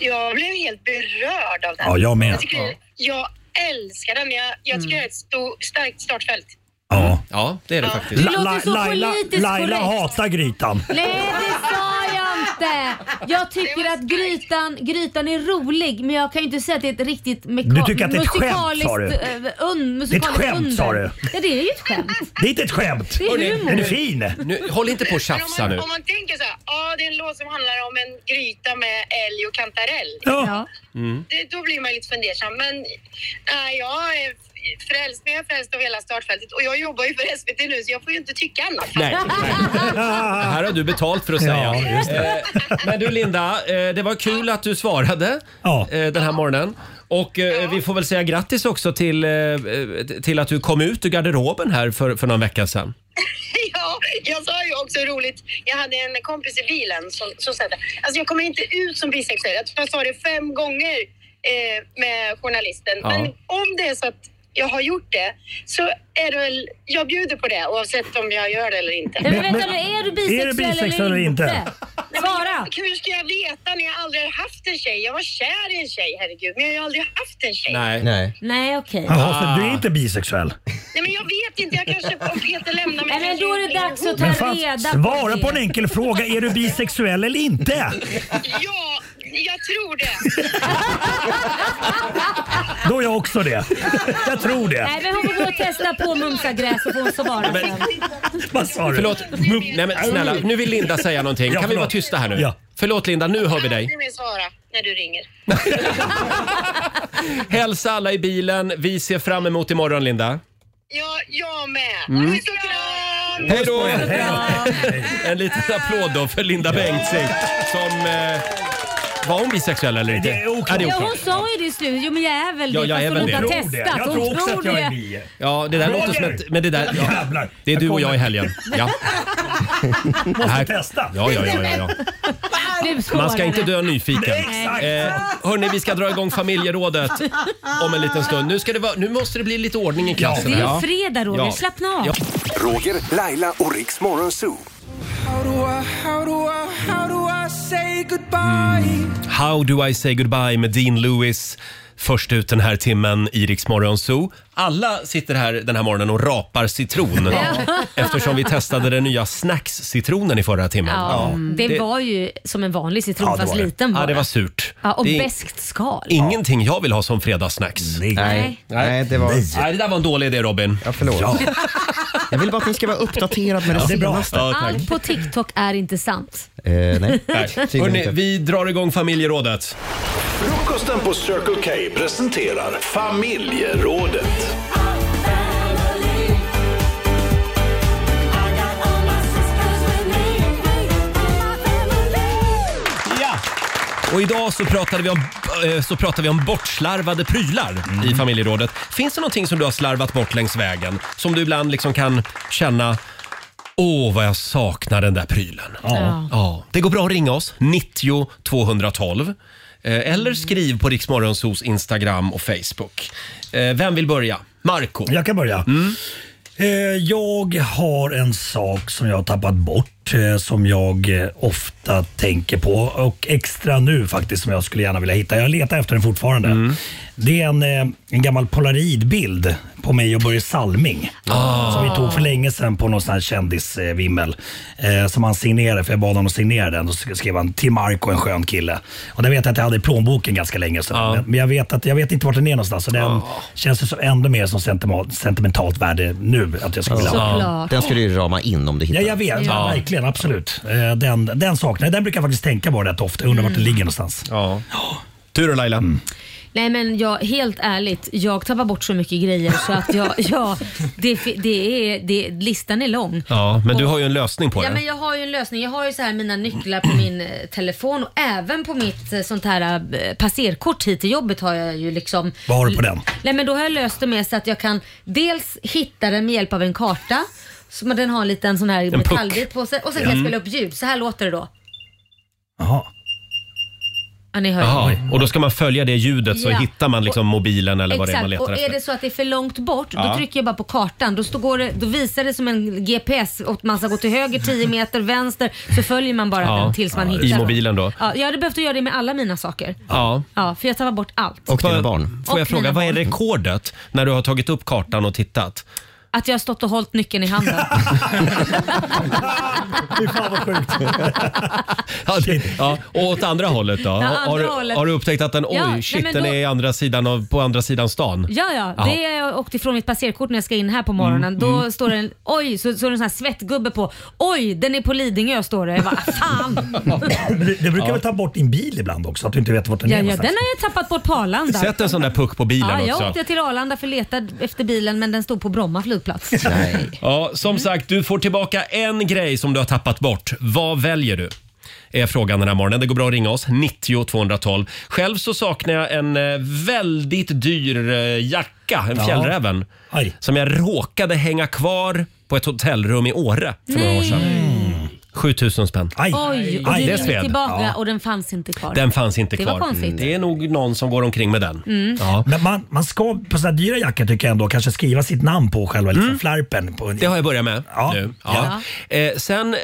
jag blev helt berörd av den. Ja, jag med. Jag, tycker, Ja. jag älskar den. Jag, jag tycker det är ett stor, starkt startfält. Ja. ja, det är det faktiskt. La, la, Laila, Laila korrekt. hatar grytan. Nej, det sa jag inte! Jag tycker att grytan, grytan är rolig, men jag kan ju inte säga att det är ett riktigt meka- Du tycker att det är ett skämt, sa du? musikaliskt, eh, Un, Det är ett musikaliskt skämt, sa under. du. Ja, det är ju ett skämt. Det är inte ett skämt. Det är humor. är du fin? Nu, håll inte på och tjafsa nu. Om man tänker så här, ja det är en låt som handlar om en gryta med älg och kantarell. Ja. Mm. Det, då blir man lite fundersam. Men nej, jag är frälst, men jag är frälst av hela startfältet. Och jag jobbar ju för SVT nu så jag får ju inte tycka annat. Nej, nej. Det här har du betalt för att säga. Ja, just Eh, Men du Linda, eh, det var kul att du svarade eh, den här morgonen. Och eh, vi får väl säga grattis också till, eh, till att du kom ut ur garderoben här för, för någon vecka sedan. Ja, jag sa ju också roligt, jag hade en kompis i bilen som, som sa det. Alltså jag kommer inte ut som bisexuell. Jag tror jag sa det fem gånger eh, med journalisten. Ja. Men om det är så att jag har gjort det så är det väl, jag bjuder på det oavsett om jag gör det eller inte. Men vänta nu, är du bisexuell, bisexuell eller inte? Svara! Hur ska jag veta när jag aldrig har haft en tjej? Jag var kär i en tjej, herregud, men jag har ju aldrig haft en tjej. Nej. Nej, okej. Jaha, så du Ah. är inte bisexuell? Nej, men jag vet inte. Jag kanske, om Peter lämnar mig... Nej, men då är det dags att ta Men fan, reda svara det. på en enkel fråga. Är du bisexuell eller inte? Ja, jag tror det. Då är jag också det. Jag tror Nej, det. men hon får gå och testa på mumsagräs och får hon svara Men- sen. Vad sa du? Förlåt. Nej men snälla, nu vill Linda säga någonting. Ja, Kan vi förlåt. vara tysta här nu? Förlåt Linda, nu hör vi dig. Aldrig mer svara när du ringer. Hälsa alla i bilen. Vi ser fram emot imorgon Linda. Ja, jag med. Mm. Puss och kram! Hej då! En liten applåd då för Linda Bengtzing som... Eh, var hon bisexuell eller inte? Ja, det är Ja, oklart. hon sa ju det i slutet. Jo, men jag är väl det. Ja, jag fast är hon väl inte det. har Jag tror det. Jag testat. Hon tror också att jag är det. bi. Ja, det där Roger! låter som ett... Men det där... Ja, Jävlar. det är Jag du och kommer. jag i helgen. Ja. Måste testa. Ja, ja, ja, ja, ja. Nu Man ska svårare. inte dö nyfiken. Exakt. Eh, hörni, vi ska dra igång familjerådet om en liten stund. Nu, ska det vara, nu måste det bli lite ordning i klassen. Det är här. ju fredag Roger, Ja. slappna av. Ja. Roger, Laila och Riks Morgonzoo. Mm. How do I say goodbye med Dean Lewis. Först ut den här timmen i Rix Morgon Zoo. Alla sitter här den här morgonen och rapar citron. Eftersom vi testade den nya snacks-citronen i förra timmen. Ja, det, var ju som en vanlig citron fast liten Ja, bara. det var surt. Ja, och Det är beskt skal. Ingenting jag vill ha som fredagssnacks. Nej. Nej, det var... Nej, det där var en dålig idé Robin. Ja, förlåt. Jag vill bara att ni ska vara uppdaterad med det, det är bra. senaste. Ja, tack. Allt på TikTok är inte sant. Eh, nej, Nej. tydligen Hörrni, inte. vi drar igång familjerådet. Frukosten på Circle K presenterar familjerådet. Ja! Och idag så pratade vi om, eh, så pratade vi om bortslarvade prylar Mm. i familjerådet. Finns det någonting som du har slarvat bort längs vägen? Som du ibland liksom kan känna Åh, vad jag saknar den där prylen. Ja. Ja. Det går bra att ringa oss, 90 212. eh, Mm. Eller skriv på Riksmorgonsos Instagram och Facebook. Eh, Vem vill börja? Marco Mm. Jag kan börja. Eh, Jag har en sak som jag har tappat bort eh, som jag eh, ofta tänker på och extra nu faktiskt som jag skulle gärna vilja hitta. Jag letar efter den fortfarande. Det är en, eh, en gammal polaroidbild på mig och Börje Salming som vi tog för länge sedan på någon sån här kändisvimmel eh, som han signerade för jag bad honom att signera den och så skrev han till Marco, en skön kille. Och den vet jag att jag hade i plånboken ganska länge sedan. Ja. Men- Men jag vet, att, jag vet inte vart den är någonstans så den känns ju så ändå mer som sentimentalt, sentimentalt värde nu att jag skulle vilja ha. Såklart. Den ska du ju rama in om du hittar Ja, den. jag vet. Ja. Verkligen, absolut. Eh, Den, den saknar jag. Den brukar jag faktiskt tänka på rätt ofta. Jag undrar vart den ligger någonstans. Mm. Mm. Ja. Du då Laila? Nej men jag, helt ärligt, jag tappar bort så mycket grejer så att jag, ja, det, fi- det är, det, listan är lång. Ja, men du har ju en lösning på Ja, men det. jag har ju en lösning. Jag har ju så här mina nycklar på min eh, telefon och även på mitt eh, sånt här eh, passerkort hit till jobbet har jag ju liksom... Vad har du på den? Nej men då har jag löst det med så att jag kan dels hitta den med hjälp av en karta, så man- den har en liten sån här puck. Mm. metallbit på sig och sen kan jag spela upp ljud. Så här låter det då. Jaha. Ja, ni hör ju. Jaha, och då ska man följa det ljudet så Ja. hittar man liksom mobilen eller vad det är man Exakt, letar och är efter. det så att det är för långt bort, Ja. då trycker jag bara på kartan. Då, står, går det, då visar det som en GPS och man ska gå till höger 10 meter, vänster, så följer man bara Ja. den tills man Ja, hittar i den. mobilen då. Ja, jag hade behövt att göra det med alla mina saker. Ja. Ja, för jag tappar bort allt. Och Vad- dina barn. Får jag Och fråga, mina vad är barn. rekordet när du har tagit upp kartan och tittat? Att jag har stått och hållit nyckeln i handen. Fy fan vad sjukt. Ja, det- ja, och åt andra hållet då? andra har, du- hållet. har du upptäckt att den, oj, Ja, nej, shit, men den då- är i andra sidan av, på andra sidan stan? Ja, ja. Jaha. Mm, Det är jag åkte ifrån mitt passerkort när jag ska in här på morgonen. Då står det en, oj, så, så är det en sån här svettgubbe på. Oj, den är på Lidingö står det. Jag bara, fan. Men Du, du brukar väl ta bort din bil ibland också? Att du inte vet vart den Ja, är ja, den någonstans. har jag tappat bort på Arlanda. Sätt en sån där puck på bilen Ja, jag också. åkte till Arlanda för att leta efter bilen men den stod på Bromma flygplats. Nej. Ja, som Mm. sagt, du får tillbaka en grej som du har tappat bort. Vad väljer du? Är frågan den här morgonen. Det går bra att ringa oss, 90 212. Själv så saknar jag en eh, väldigt dyr eh, jacka, en Ja. fjällräven. Aj. Som jag råkade hänga kvar på ett hotellrum i Åre för några år sedan. 7000 spänn. Oj, och det det gick sved. tillbaka Ja. och den fanns inte kvar. Den fanns inte det kvar. Det var konstigt. Det är nog någon som går omkring med den. Mm. Ja. Men man, man ska på sådana dyra jackor tycker jag ändå kanske skriva sitt namn på själva Mm. liksom, flärpen. På en... Det har jag börjat med nu. Ja. Eh, sen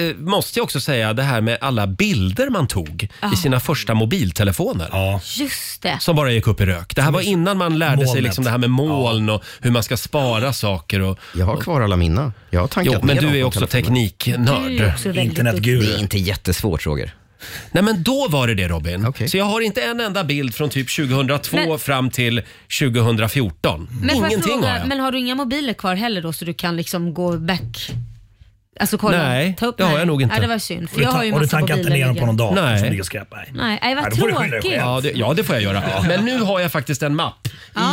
eh, måste jag också säga det här med alla bilder man tog Ja. i sina första mobiltelefoner. Just det. Som bara gick upp i rök. Det här var innan man lärde sig Molnet. liksom det här med moln och hur man ska spara saker. Och, Jag har kvar alla mina. Jag har tankat Jo, men ner du dem är på också telefonen. tekniknörd. Du är också väldigt Internetguru. Det är inte jättesvårt Roger. Nej men då var det det Robin. Så jag har inte en enda bild från typ 2002 Men- fram till 2014. Men, får jag Ingenting fråga, har jag. men har du inga mobiler kvar heller då så du kan liksom gå back? Alltså kolla, Nej, ta upp det har nej. jag nog inte. Nej, det var synd. För jag har ju massa mobiler liggande. Nej. Nej, nej, vad tråkigt. Ja det, ja, det får jag göra. Men nu har jag faktiskt en mapp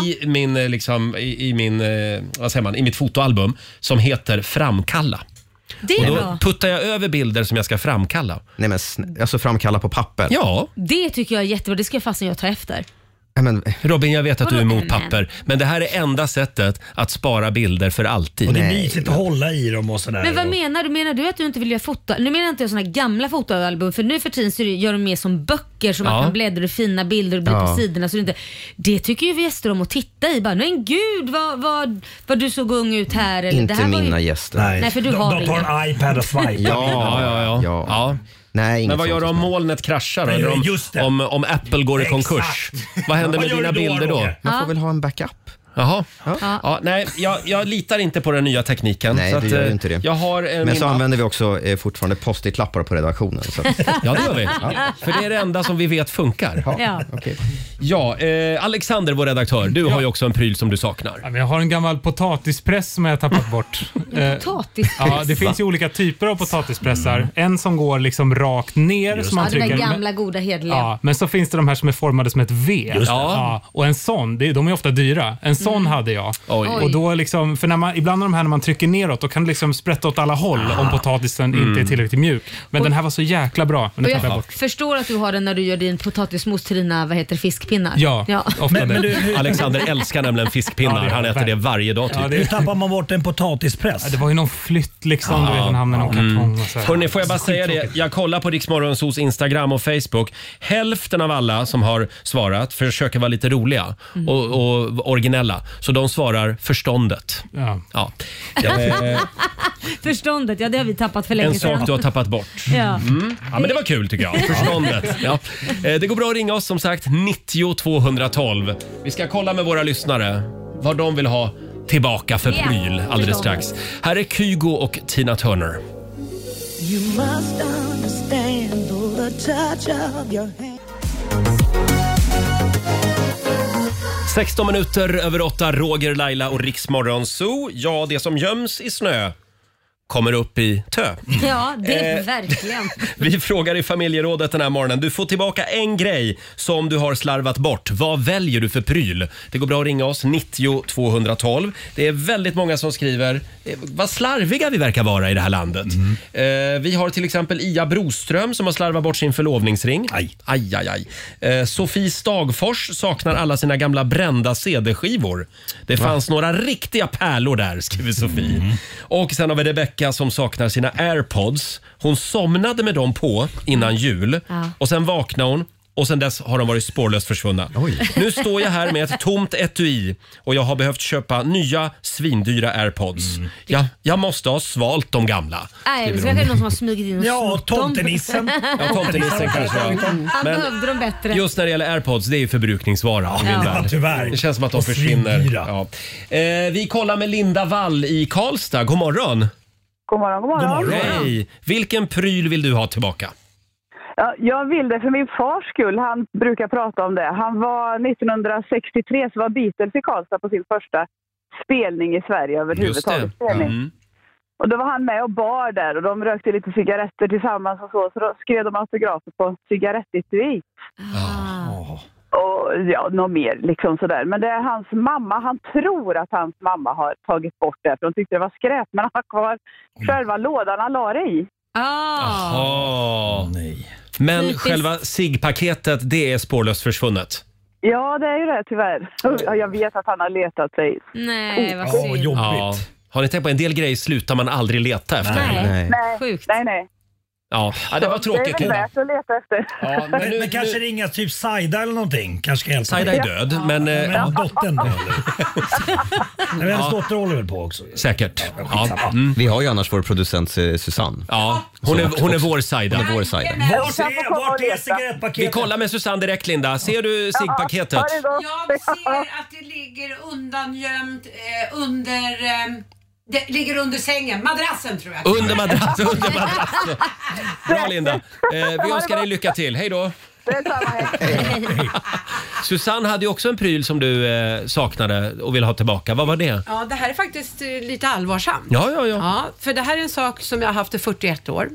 i, min, eh, liksom, i, i, min, eh, vad säger man, i mitt fotoalbum som heter Framkalla. Det Och är då bra. puttar jag över bilder som jag ska framkalla. Nej, men alltså framkalla på papper? Ja. Det tycker jag är jättebra. Det ska jag fasen jag ta efter. Robin, jag vet att du är Vadå, emot men? papper, men det här är enda sättet att spara bilder för alltid. Och det är mysigt att hålla i dem och sådär. Men vad och... menar du? Menar du att du inte vill göra foto? Nu menar inte jag såna gamla fotoalbum för nu för tiden så gör de mer som böcker som Ja. man kan bläddra i fina bilder och bli Ja. på sidorna. Så det, inte... det tycker ju gäster om att titta i. Bara, men gud vad, vad, vad du såg ung ut här. Eller, Inte det här var ju- mina gäster. Nej. Nej, för du de, har de tar inga. en iPad och Ja, swipar. ja, ja. ja. Nej, men inget vad gör du om molnet kraschar då? Nej, Eller just om, det. om, om Apple går i Exakt. konkurs? Vad händer Vad gör med dina du då, bilder då? Roger? Man får väl ha en backup. Jaha. Ja. Ja, nej, jag, jag litar inte på den nya tekniken. Nej, så du att, gör eh, ju inte det. Jag har eh, Men min så mapp. använder vi också eh, fortfarande post-it-lappar på redaktionen. Så. att- Ja, det gör vi. Ja. För det är det enda som vi vet funkar. Ja. Ja, eh, Alexander, vår redaktör, du har ju också en pryl som du saknar. Ja, men Jag har en gammal potatispress som jag har tappat bort. Eh, Potatispress. Ja, det finns ju olika typer av potatispressar. Mm. En som går liksom rakt ner. som man ja, den där trycker- gamla goda hederliga. Ja, men så finns det de här som är formade som ett V. Just det. Ja, och en sån, det, de är ofta dyra. En sån Mm. hade jag. Oj. Och då liksom, för när man, ibland de här när man trycker neråt, då kan det liksom sprätta åt alla håll om potatisen Mm. inte är tillräckligt mjuk. Men Och- den här var så jäkla bra. Men Och den tappade jag jag bort. förstår att du har den när du gör din potatismos till dina vad heter, det, fiskpinnar. Ja, ofta Men- det. men du- Alexander älskar nämligen fiskpinnar. Ja, det gör Han jag. äter det varje dag typ. Ja, Hur tappar man bort en potatispress? det var ju någon flytt liksom, du vet, den hamnade i någon Mm. kartong och så. här. Hörrni, får jag bara Så säga det? skittråkigt. Jag kollar på Riksmorgonsos Instagram och Facebook. Hälften av alla som har svarat försöker vara lite roliga Mm. och, och originella. Så de svarar förståndet. Ja. Ja. Eh, Förståndet, ja det har vi tappat för länge en sak du har tappat bort. Ja. Mm. Ja, men det var kul tycker jag. Förståndet. Ja. Eh, Det går bra att ringa oss som sagt. 90 212. Vi ska kolla med våra lyssnare vad de vill ha tillbaka för Ja, pryl alldeles förståndet. strax. Här är Kygo och Tina Turner. You must understand all the touch of your hand. 16 minuter över 8, Roger, Laila och Riksmorgon Zoo. Ja, det som göms i snö kommer upp i tö. Ja, det är Eh, verkligen. Vi frågar i familjerådet den här morgonen. Du får tillbaka en grej som du har slarvat bort. Vad väljer du för pryl? Det går bra att ringa oss, 90 212. Det är väldigt många som skriver eh, vad slarviga vi verkar vara i det här landet. Eh, vi har till exempel Ia Broström som har slarvat bort sin förlovningsring. Aj. Aj, aj, aj. Eh, Sofie Stagfors saknar alla sina gamla brända CD-skivor. Det fanns några riktiga pärlor där, skriver Sofie. Och sen har vi Rebecca som saknar sina airpods. Hon somnade med dem på innan jul Ja. och sen vaknade hon och sen dess har de varit spårlöst försvunna. Nu står jag här med ett tomt etui och jag har behövt köpa nya svindyra airpods. Jag, jag måste ha svalt de gamla. Nej, det skriver kanske är det hon. någon som har smugit in och Ja, snott dem. tomtenissen. Ja, tomtenissen kanske. ja. Han Men- behövde dem bättre. Just när det gäller airpods, det är ju förbrukningsvara. i min Ja, värld. tyvärr. Det känns som att de Och försvinner. svindyra. Ja. Eh, vi kollar med Linda Wall i Karlstad. God morgon. God morgon, god morgon. Hej. Vilken pryl vill du ha tillbaka? Ja, jag vill det för min fars skull. Han brukar prata om det. Han var 1963 så var Beatles i Karlstad på sin första spelning i Sverige överhuvudtaget. Spelning. Mm. Och då var han med och bar där och de rökte lite cigaretter tillsammans och så. Så då skrev de autografer på cigarettetui. Och ja, något mer liksom sådär. Men det är hans mamma, han tror att hans mamma har tagit bort det för hon tyckte det var skräp. Men han har kvar själva lådan han la det i. Ah. Oh. Men Typiskt. själva SIG-paketet, det är spårlöst försvunnet. Ja, det är ju det tyvärr. Och Jag vet att han har letat sig. Nej, vad Oh. synd. Ja. Har ni tänkt på en del grejer slutar man aldrig leta efter? Nej. Nej. Sjukt. Nej, nej. Ja, ja det var tråkigt Det är väl Linda. värt att leta efter. men men, nu- men kanske ringa typ Saida eller någonting. Kanske ska hälsa Saida på. är död, men, eh, men ja. dottern då eller? Nej, men Hennes Ja. dotter håller väl på också? Säkert. Mm. Ja. Vi har ju annars vår producent eh, Susanne. Ja, hon är- hon är vår Saida. Hon är vår Saida. Vart är, vart är cigarettpaketet? Vi kollar med Susanne direkt Linda. Ser du SIG-paketet? Jag ser att det ligger undangömt eh, under... Eh, det ligger under sängen, madrassen tror jag. Under madrassen, under madrassen. Bra Linda. Eh, vi önskar dig lycka till. Hej då. Susanne hade ju också en pryl som du eh, saknade och ville ha tillbaka. Vad var det? Ja, det här är faktiskt eh, lite allvarsamt. Ja, ja, ja. för det här är en sak som jag har haft i 41 år.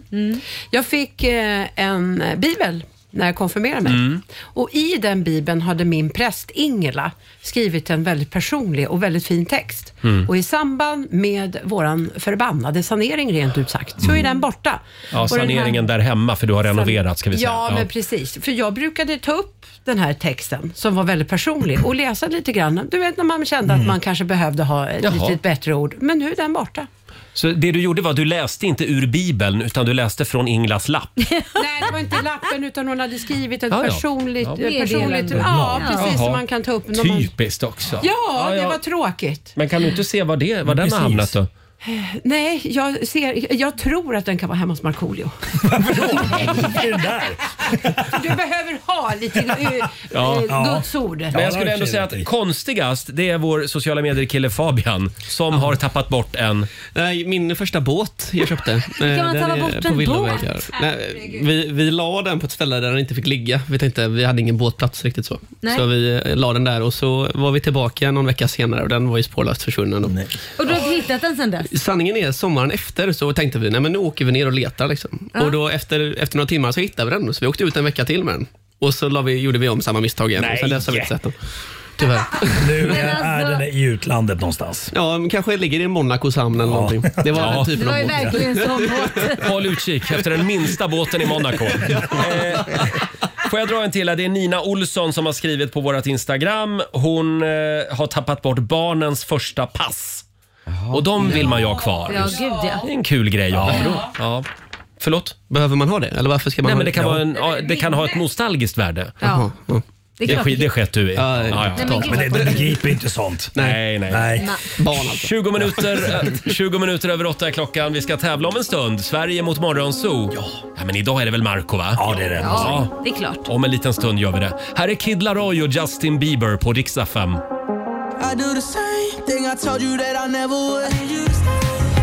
Jag fick eh, en bibel när jag konfirmerade mig. Mm. Och i den bibeln hade min präst Ingela skrivit en väldigt personlig och väldigt fin text. Mm. Och i samband med våran förbannade sanering rent ut sagt, så är den borta. Mm. Ja, Och den här- saneringen där hemma för du har renoverat ska vi säga. Ja, men precis. För jag brukade ta upp den här texten som var väldigt personlig och läsa lite grann. Du vet när man kände att man kanske behövde ha ett Mm. Jaha. lite bättre ord. Men nu är den borta. Så det du gjorde var att du läste inte ur Bibeln utan du läste från Inglas lapp. Nej, det var inte lappen utan hon hade skrivit ett Ja, ja. personligt... Ja. Typ personligt ja, precis som man kan ta upp. När man, Typiskt också. ja, det var tråkigt. Men kan du inte se var, det, var den har Precis. hamnat då? Nej, jag, ser, jag tror att den kan vara hemma hos Markoolio. Du behöver ha lite eh, Ja. eh, Ja. Guds ord. Men jag skulle ändå säga att konstigast det är vår sociala medier-kille Fabian som har tappat bort en... Nej, min första båt jag köpte. eh, man den tappa är bort på en villavägar. båt? Nej, eh, vi, vi la den på ett ställe där den inte fick ligga. Vi tänkte, vi hade ingen båtplats riktigt så. Nej. Så vi eh, la den där och så var vi tillbaka någon vecka senare och den var ju spårlöst försvunnen. då. Och du har inte hittat den sen dess? Sanningen är, sommaren efter så tänkte vi, nej men nu åker vi ner och letar. Liksom. Ja. Och då efter, efter några timmar så hittade vi den, så vi åkte ut en vecka till med den. Och så la vi, gjorde vi om samma misstag igen. Och sen dess har vi inte sett den. Tyvärr. Nu är den i utlandet någonstans. Ja, men kanske ligger i Monacos hamn eller någonting. Det var typ- Ja. den typen Det var av ju båt. verkligen sån Håll utkik efter den minsta båten i Monaco. Eh, Får jag dra en till? här? Det är Nina Olsson som har skrivit på vårt Instagram. Hon eh, har tappat bort barnens första pass. Och de vill man ju ha kvar. Ja, gud ja. Det är en kul grej att ha. Ja. Ja. Förlåt? Behöver man ha det? Eller varför ska man Nej, ha men det? det? Kan Ja. vara en, ja, det kan ha ett nostalgiskt värde. Ja. Jaha. Det, Det är klart. sk- det sket du i. Ja, ja. Nej, men gud, Men det- vad- det begriper inte sånt. Nej, nej. Nej. Barn alltså. 20 minuter, eh, 20 minuter över åtta är klockan. Vi ska tävla om en stund. Sverige mot Morgonzoo. Ja. men idag är det väl Marco va? Ja, det är det. Ja, det är klart. Om en liten stund gör vi det. Här är Kid Laroi och Justin Bieber på Riksdag 5. I do the same thing I told you that I never would.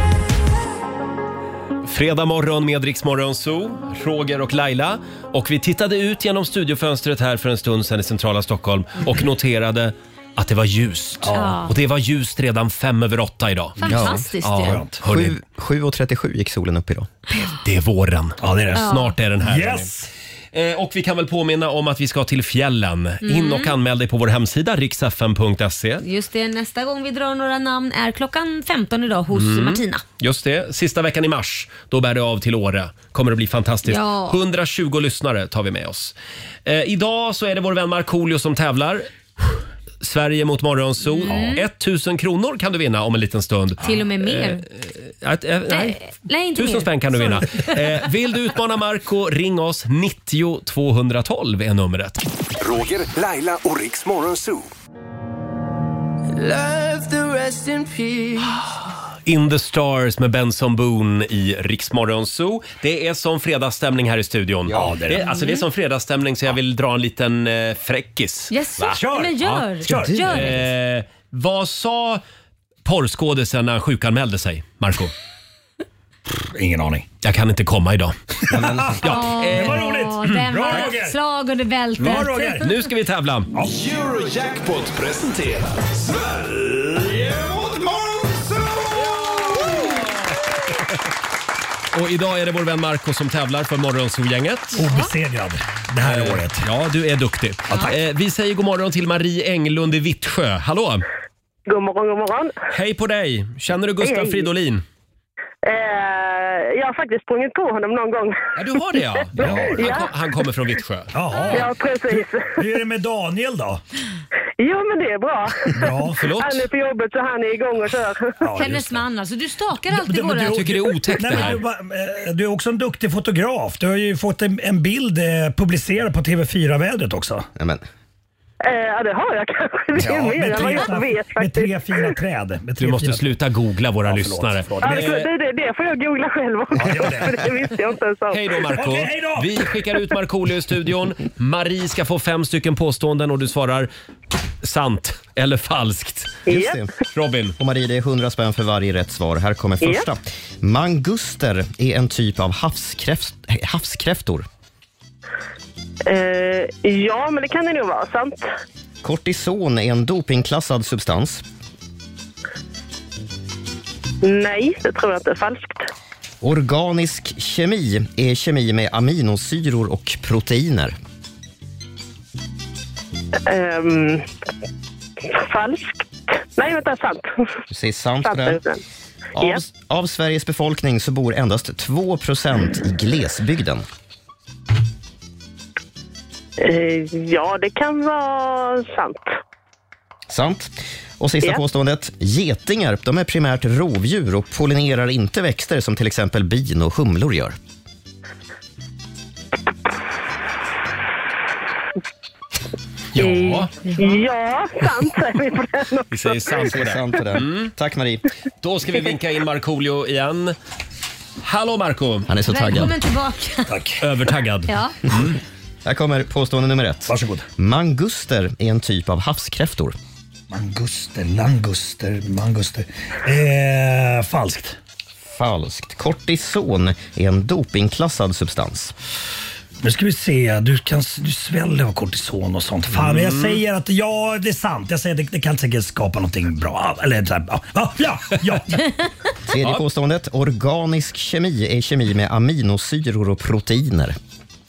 Fredag morgon med Rix Morgon Zoo, Roger och Laila. Och vi tittade ut genom studiofönstret här för en stund sedan i centrala Stockholm och noterade att det var ljust. Ja. Och det var ljust redan fem över åtta idag. Fantastiskt ja. ju. Ja. Skönt. Hörrni, Sju- 7.37 gick solen upp idag. Det är våren. Ja, det är det. Ja. Snart är den här. Yes! hörni. Eh, Och vi kan väl påminna om att vi ska till fjällen. Mm. In och anmäl dig på vår hemsida riksfn.se. Just det, nästa gång vi drar några namn är klockan 15 idag hos Mm. Martina. Just det. Sista veckan i mars, då bär det av till Åre. Kommer att bli fantastiskt. Ja. 120 lyssnare tar vi med oss. Eh, idag så är det vår vän Markoolio som tävlar. Sverige mot Morgonzoo. Mm. 1000 kronor kan du vinna om en liten stund. Till och med Eh, mer. eh, att- eh, nej. Nej, nej, inte mer. Tusen spänn kan du vinna. Eh, vill du utmana Marco, ring oss. 90 212 är numret. Roger, Laila och Riks Morgonzoo. Love the rest in peace. In the stars med Benson Boone i Riksmorgon Zoo. Det är som fredagsstämning här i studion. Ja, det är det. alltså, det är som fredagsstämning så jag vill dra en liten eh, fräckis. Jaså? Va? Kör! Men gör. Kör. Gör Eh, vad sa porrskådisen när han sjukanmälde sig, Marco? Ingen aning. Jag kan inte komma idag. Ja, eh, det var roligt. Den Bra, var Roger. ett slag under bältet. Nu ska vi tävla. Eurojackpot presenterar Sverige mot Morgonzoo! Och idag är det vår vän Marco som tävlar för Morgonzoo-gänget. Obesegrad det här Eh, året. Ja, du är duktig. Eh, vi säger god morgon till Marie Englund i Vittsjö. Hallå! God morgon, god morgon. Hej på dig! Känner du Gustav Hej, hej. Fridolin? Eh, jag har faktiskt sprungit på honom någon gång. Ja, du har det ja. Han, ja. ko- han kommer från Vittsjö. Jaha. Ja, precis. Hur är det med Daniel då? Jo, men det är bra. Bra, förlåt. Han är på jobbet så han är igång och kör. Hennes man alltså. Du stakar alltid men våra... du- Jag tycker det är otäckt Nej, det men här. Du, va- eh, du är också en duktig fotograf. Du har ju fått en, en bild eh, publicerad på TV4-vädret också. Amen. Eh, ja, det har jag kanske. Det är Ja, mer med än vad tre, jag vet med faktiskt. tre fina träd. Med tre Du måste fina- sluta googla våra lyssnare. Ja, det, Eh, det, det, det får jag googla själv också. för det visste jag inte ens om. Hej då Marco Vi skickar ut Markoolio i studion. Marie ska få fem stycken påståenden och du svarar sant eller falskt. Just det. Robin. Och Marie, det är 100 spänn för varje rätt svar. Här kommer första. Ja. Manguster är en typ av havskräft, havskräftor. Eh, ja, men det kan det nog vara. Sant. Kortison är en dopingklassad substans. Nej, det tror jag inte. Falskt. Organisk kemi är kemi med aminosyror och proteiner. Ehm, falskt. Nej, vänta. Sant. Du säger sant Sant för det. här. är det. Av, Ja. av Sveriges befolkning så bor endast 2 i glesbygden. Eh, ja, det kan vara sant. Sant. Och sista Ja. påståendet. Getingar de är primärt rovdjur och pollinerar inte växter som till exempel bin och humlor gör. Ja. Eh, Ja, sant säger vi på den också. Vi säger sant på det. Mm. Sant på det. Tack Marie. Då ska vi vinka in Markoolio igen. Hallå Marco Han är så taggad. Välkommen tillbaka. Övertaggad. Ja. Mm. Här kommer påstående nummer ett. Varsågod. Manguster är en typ av havskräftor. Manguster, languster, manguster. Eh, falskt. Falskt. Kortison är en dopingklassad substans. Nu ska vi se. Du, kan, du sväller av kortison och sånt. Fan, men Mm. jag säger att ja, det är sant. Jag säger att det, det kan säkert skapa någonting bra. Eller så här, ja, ja, ja, ja. Tredje Ja. påståendet. Organisk kemi är kemi med aminosyror och proteiner.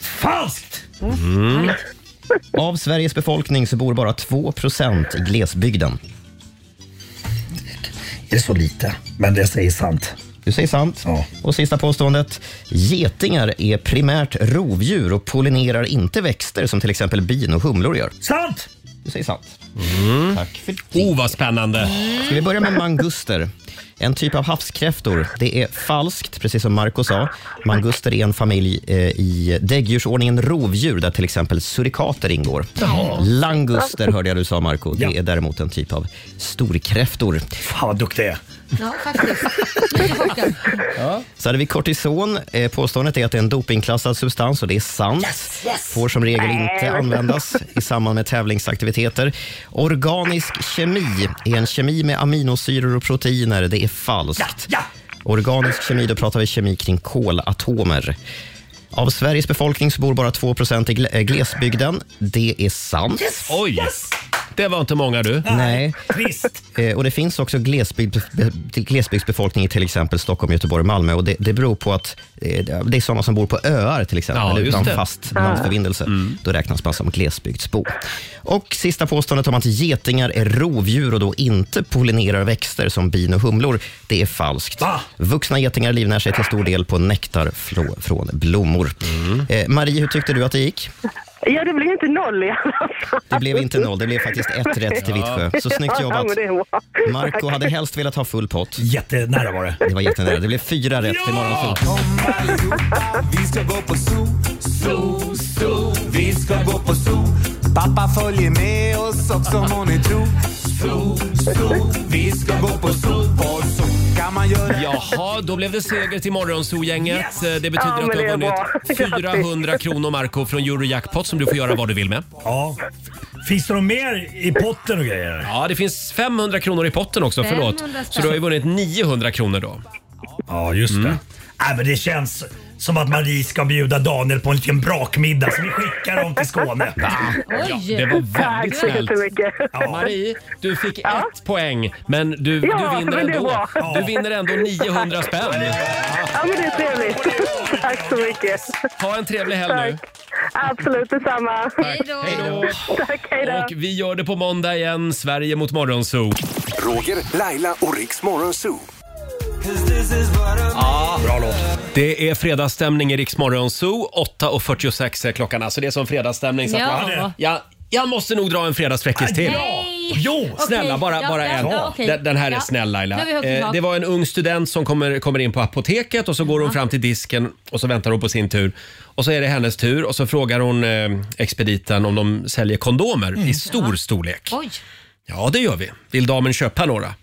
Falskt! Mm. Av Sveriges befolkning så bor bara 2 i glesbygden. Är det så lite? Men det säger sant. Du säger sant. Och sista påståendet. Getingar är primärt rovdjur och pollinerar inte växter som till exempel bin och humlor gör. Sant! Du säger sant. Tack för det. Oh, vad spännande. Ska vi börja med manguster? En typ av havskräftor. Det är falskt, precis som Marco sa. Manguster är en familj eh, i däggdjursordningen rovdjur där till exempel surikater ingår. Jaha. Languster hörde jag du sa, Marco. Det Ja. är däremot en typ av storkräftor. Fan vad duktig jag är. Ja, faktiskt. Jag är chockad. Så hade vi kortison. Eh, Påståendet är att det är en dopingklassad substans och det är sant. yes. Får som regel Nej. inte användas i samband med tävlingsaktiviteter. Organisk kemi är en kemi med aminosyror och proteiner. Det är falskt. Organisk kemi, då pratar vi kemi kring kolatomer. Av Sveriges befolkning så bor bara 2 i gle- eh, glesbygden. Det är sant. Oj! Det var inte många du. Nej. Trist. Eh, Och det finns också glesbygd, be- glesbygdsbefolkning i till exempel Stockholm, Göteborg, Malmö. Och det, det beror på att eh, det är sådana som bor på öar till exempel, Ja, just utan det. Mm. fast landförbindelse. Då räknas man som glesbygdsbo. Och sista påståendet om att getingar är rovdjur och då inte pollinerar växter som bin och humlor, det är falskt. Vuxna getingar livnär sig till stor del på nektar frå- från blommor. Mm. Eh, Marie, hur tyckte du att det gick? Ja, det blev inte noll i alla fall. Det blev inte noll, det blev faktiskt ett rätt till Vittsjö. Så snyggt Ja, jobbat. men det är bra. Marco hade helst velat ha full pott. Jättenära var det. Det var jättenära. Det blev fyra rätt till morgonsolen. Vi ska gå på zoo, zoo, zoo. Vi ska gå på zoo. Pappa följer med oss också om hon är tro. Zoo, zoo. Vi ska gå på zoo, på zoo. Kan man göra... Jaha, då blev det seger till Morgonzoo-gänget. Eh, Det betyder Ja, att men det du har är vunnit bra. Grattis. 400 kronor Marco från Eurojackpot som du får göra vad du vill med. Ja. Finns det något mer i potten och grejer? Ja, det finns 500 kronor i potten också, förlåt. 500 Så du har ju vunnit 900 kronor då. Mm. Ja, just det. Nej, men det känns som att Marie ska bjuda Daniel på en liten brakmiddag så vi skickar dem till Skåne. Ja, det var väldigt Tack så snällt. Ja. Marie, du fick ett poäng, men du, Ja, du men vinner det är ändå. bra. Du vinner ändå 900 spänn. Ja, men det är trevligt. Tack så mycket. Ha en trevlig helg nu. Absolut detsamma. Hej då. Tack, hej då. Och vi gör det på måndag igen, Sverige mot Morgonzoo. Roger, Laila och Riks Morgonzoo. Bra låt. Det är fredagsstämning i Rix Morgonzoo. 8.46 är klockan, alltså det är som fredagsstämning. Så att Ja. man, ja, jag måste nog dra en fredagsfräckis till. Nej, Jo, snälla, Okej, bara, ja, bara ja, en. ja, okej. Den, den här är Ja. snäll Laila. Nu har vi högt i Eh, tak. det var en ung student som kommer, kommer in på apoteket och så går hon fram till disken och så väntar hon på sin tur. Och så är det hennes tur och så frågar hon eh, expediten om de säljer kondomer i stor storlek. Mm. Oj. Ja, det gör vi. Vill damen köpa några?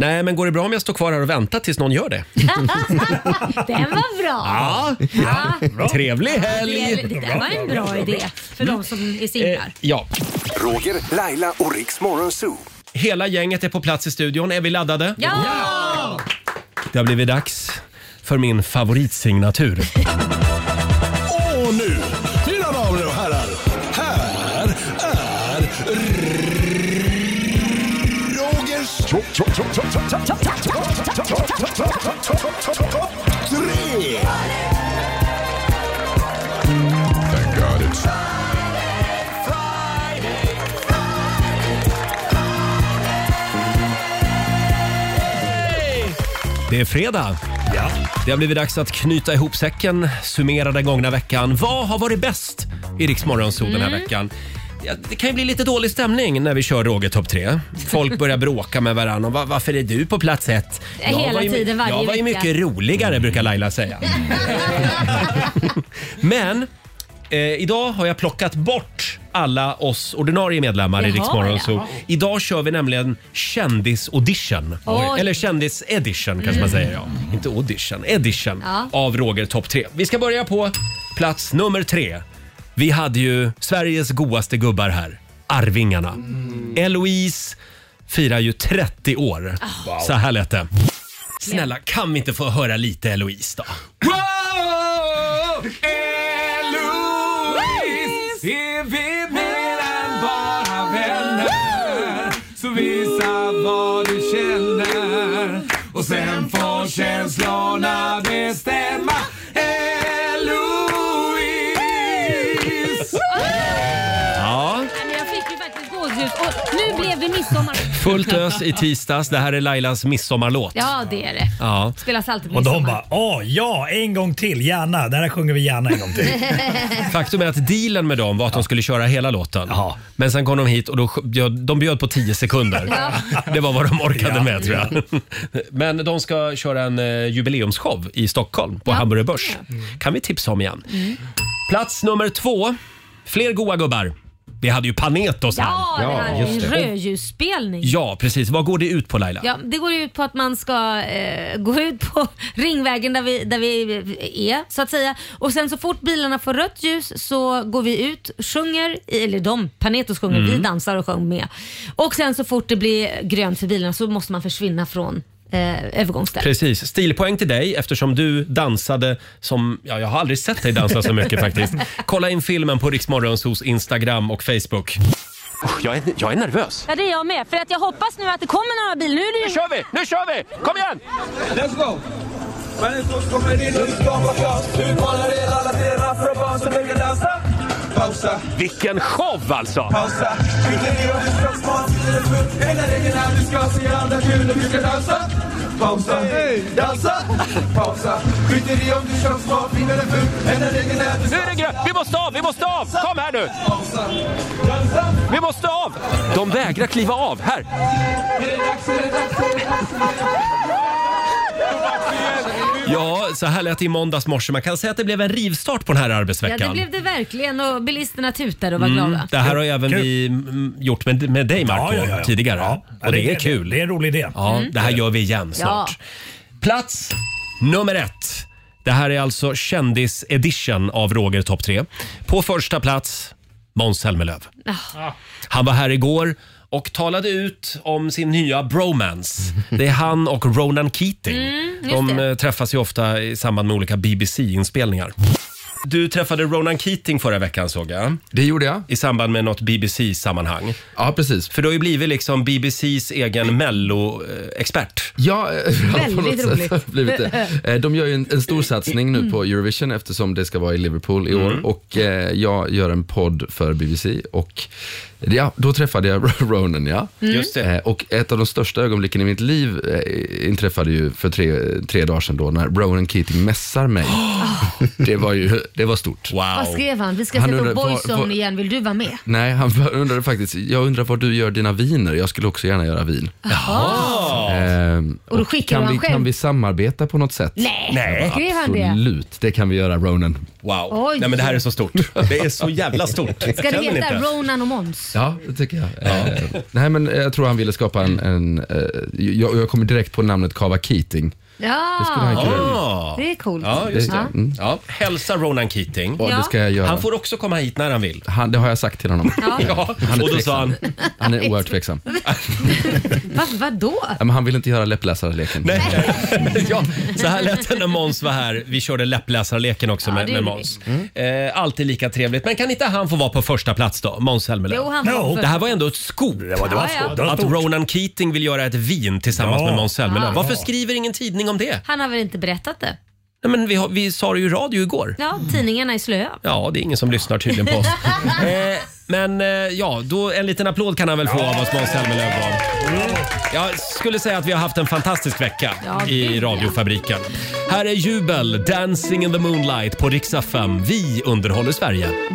Nej, men går det bra om jag står kvar här och väntar tills någon gör det? Den var bra. Ja, trevlig helg! Det, det där var en bra idé för de som är singlar. Ja. Roger, Laila och Riks Morgonzoo. Hela gänget är på plats i studion. Är vi laddade? Ja! Det har blivit dags för min favoritsignatur. Och nu, mina damer och herrar, här är Rogers... Topp tre! Det är fredag. Ja. Det har blivit dags att knyta ihop säcken, summera den gångna veckan. Vad har varit bäst i Rix Morgonzoo den här Mm. veckan? Ja, Det kan ju bli lite dålig stämning när vi kör Roger topp 3. Folk börjar bråka med varandra. Och, "Va- varför är du på plats ett? Hela var ju, my- tiden, varje Jag var ju vecka." mycket roligare, brukar Laila säga. Men eh, idag har jag plockat bort alla oss ordinarie medlemmar i Jaha, Rix Morgonzoo. ja. Idag kör vi nämligen kändis-audition. Oj. Eller kändis-edition kanske Mm. man säger. Ja. Inte audition, edition Ja. av Roger topp 3. Vi ska börja på plats nummer tre. Vi hade ju Sveriges godaste gubbar här, Arvingarna. Mm. Eloise firar ju 30 år. Wow. Så här lät det. Snälla, kan vi inte få höra lite Eloise då? Wow! Eloise, är vi mer än bara vänner? Så visa vad du känner och sen får känslorna bestämma. Eloise! Ja. Nej, men Jag fick ju faktiskt gåshud och nu blev det midsommar. Fullt ös i tisdags. Det här är Lailas midsommarlåt. Ja, det är det. Ja. Spelas alltid på Och de midsommar. bara, åh ja, en gång till, gärna. Den här sjunger vi gärna en gång till. Faktum är att dealen med dem var att de skulle köra hela låten. Men sen kom de hit och då sk- bjöd, de bjöd på 10 sekunder. Det var vad de orkade Ja. med tror jag. Men de ska köra en eh, jubileumsshow i Stockholm på Hamburger Börs. Mm. Kan vi tipsa om igen. Plats nummer två. Fler goa gubbar. Vi hade ju Panetos här. Ja, det här är en rödljusspelning. Ja, precis. Vad går det ut på Laila? Ja, det går ju ut på att man ska eh, gå ut på Ringvägen där vi, där vi är så att säga. Och sen så fort bilarna får rött ljus så går vi ut, sjunger, i- eller de, Panetos sjunger, Mm. vi dansar och sjunger med. Och sen så fort det blir grönt för bilarna så måste man försvinna från eh, övergångsstället. Precis. Stilpoäng till dig eftersom du dansade som... Ja, jag har aldrig sett dig dansa så mycket faktiskt. Kolla in filmen på Riksmorgons hos Instagram och Facebook. Usch, Jag är, jag är nervös. Ja, det är jag med. För att jag hoppas nu att det kommer några bilar. Nu, är det nu kör vi! Nu kör vi! Kom igen! Let's go! Människor kommer in och skapar kaos. Utmanar er alla till en afroban som brukar dansa. Pausa. Vilken show alltså! Pausa. Vilken del av ditt kroppsmat sitter det fullt? Hela regeln är att du ska se andra kul och brukar dansa. Pausa. Dansa. Pausa. Skiter i om du kör smart, vinner eller fult. Enda regeln är att du ska... Nu är det grönt! Vi måste av! Vi måste av! Kom här nu! Pausa. Dansa. Vi måste av! De vägrar kliva av. Här! Är det dags? Är det dags? Är det dags? Ja, så här lät det i måndags morse. Man kan säga att det blev en rivstart på den här Ja, arbetsveckan. Mm. det blev det verkligen och bilisterna tutade och var glada. det här har ju även vi mm, gjort med, med dig Marco Ja, ja, ja. tidigare. Och det, det är är- kul. det är en rolig idé. Ja, Mm. Det här gör vi igen snart. Plats nummer ett. Det här är alltså kändis-edition av Roger topp 3. På första plats, Måns Zelmerlöw. Han var här igår och talade ut om sin nya bromance. Det är han och Ronan Keating. Mm, just De det. eh, träffas ju ofta i samband med olika BBC-inspelningar. Du träffade Ronan Keating förra veckan såg jag. Det gjorde jag. I samband med något BBC-sammanhang. Ja, precis. För du har ju blivit liksom BBCs egen Mello-expert. Ja, Väldigt på något sätt roligt. har det blivit det. Eh, De gör ju en, en stor satsning nu på Eurovision Mm. eftersom det ska vara i Liverpool i år och eh, jag gör en podd för BBC och Ja, då träffade jag Ronan, ja. Mm. Just det. Eh, Och ett av de största ögonblicken i mitt liv eh, inträffade ju för tre, tre dagar sedan då, när Ronan Keating mässar mig. Det var ju, det var stort. Wow. Vad skrev han? Vi ska sätta upp Boys on igen, vill du vara med? Nej, han undrade faktiskt, jag undrar var du gör dina viner, jag skulle också gärna göra vin. Jaha. Ehm, Ah. Och då skickar kan han vi, själv? Kan vi samarbeta på något sätt? Nej. Nej. Jag bara, Skrev han det? Absolut, det kan vi göra Ronan. Wow, Oj. Nej, men det här är så stort. Det är så jävla stort. Ska det heta Ronan och Måns? Ja, det tycker jag. Eh, nej, men jag tror han ville skapa en... en eh, jag, jag kommer direkt på namnet Kava Keating. Ja, Det skulle han kunna göra. Ah. det är coolt. Ah. Ja, just det. Ja. Mm. Ja. Hälsa Ronan Keating. Ja, det ska jag göra. Han får också komma hit när han vill. Han, det har jag sagt till honom. Ja. Ja, är och då sa han- tveksam. Han är oerhört tveksam. Va, vadå? Ja, men han vill inte göra läppläsarleken. Nej. ja, så här lät det när Måns var här. Vi körde läppläsarleken också med, med det gjorde Måns. Eh, alltid lika trevligt. Men kan inte han få vara på första plats då? Måns Zelmerlöw. Jo, han var på Det här första. var ändå ett skop. det var Ja, ja. skop. Det var Att stort. Ronan Keating vill göra ett vin tillsammans Ja. med Måns Zelmerlöw. Ja. Varför skriver ingen tidning om det? Han har väl inte berättat det? Nej, men vi, har, vi sa det ju i radio igår. Ja, tidningarna är slöa. Ja, det är ingen som lyssnar tydligen på oss. eh, men eh, ja, då en liten applåd kan han väl få av oss, Måns Zelmerlöw. då. Jag skulle säga att vi har haft en fantastisk vecka Ja, gud, i ja. radiofabriken. Här är Jubel, Dancing in the moonlight på riksdag 5. Vi underhåller Sverige. Ah.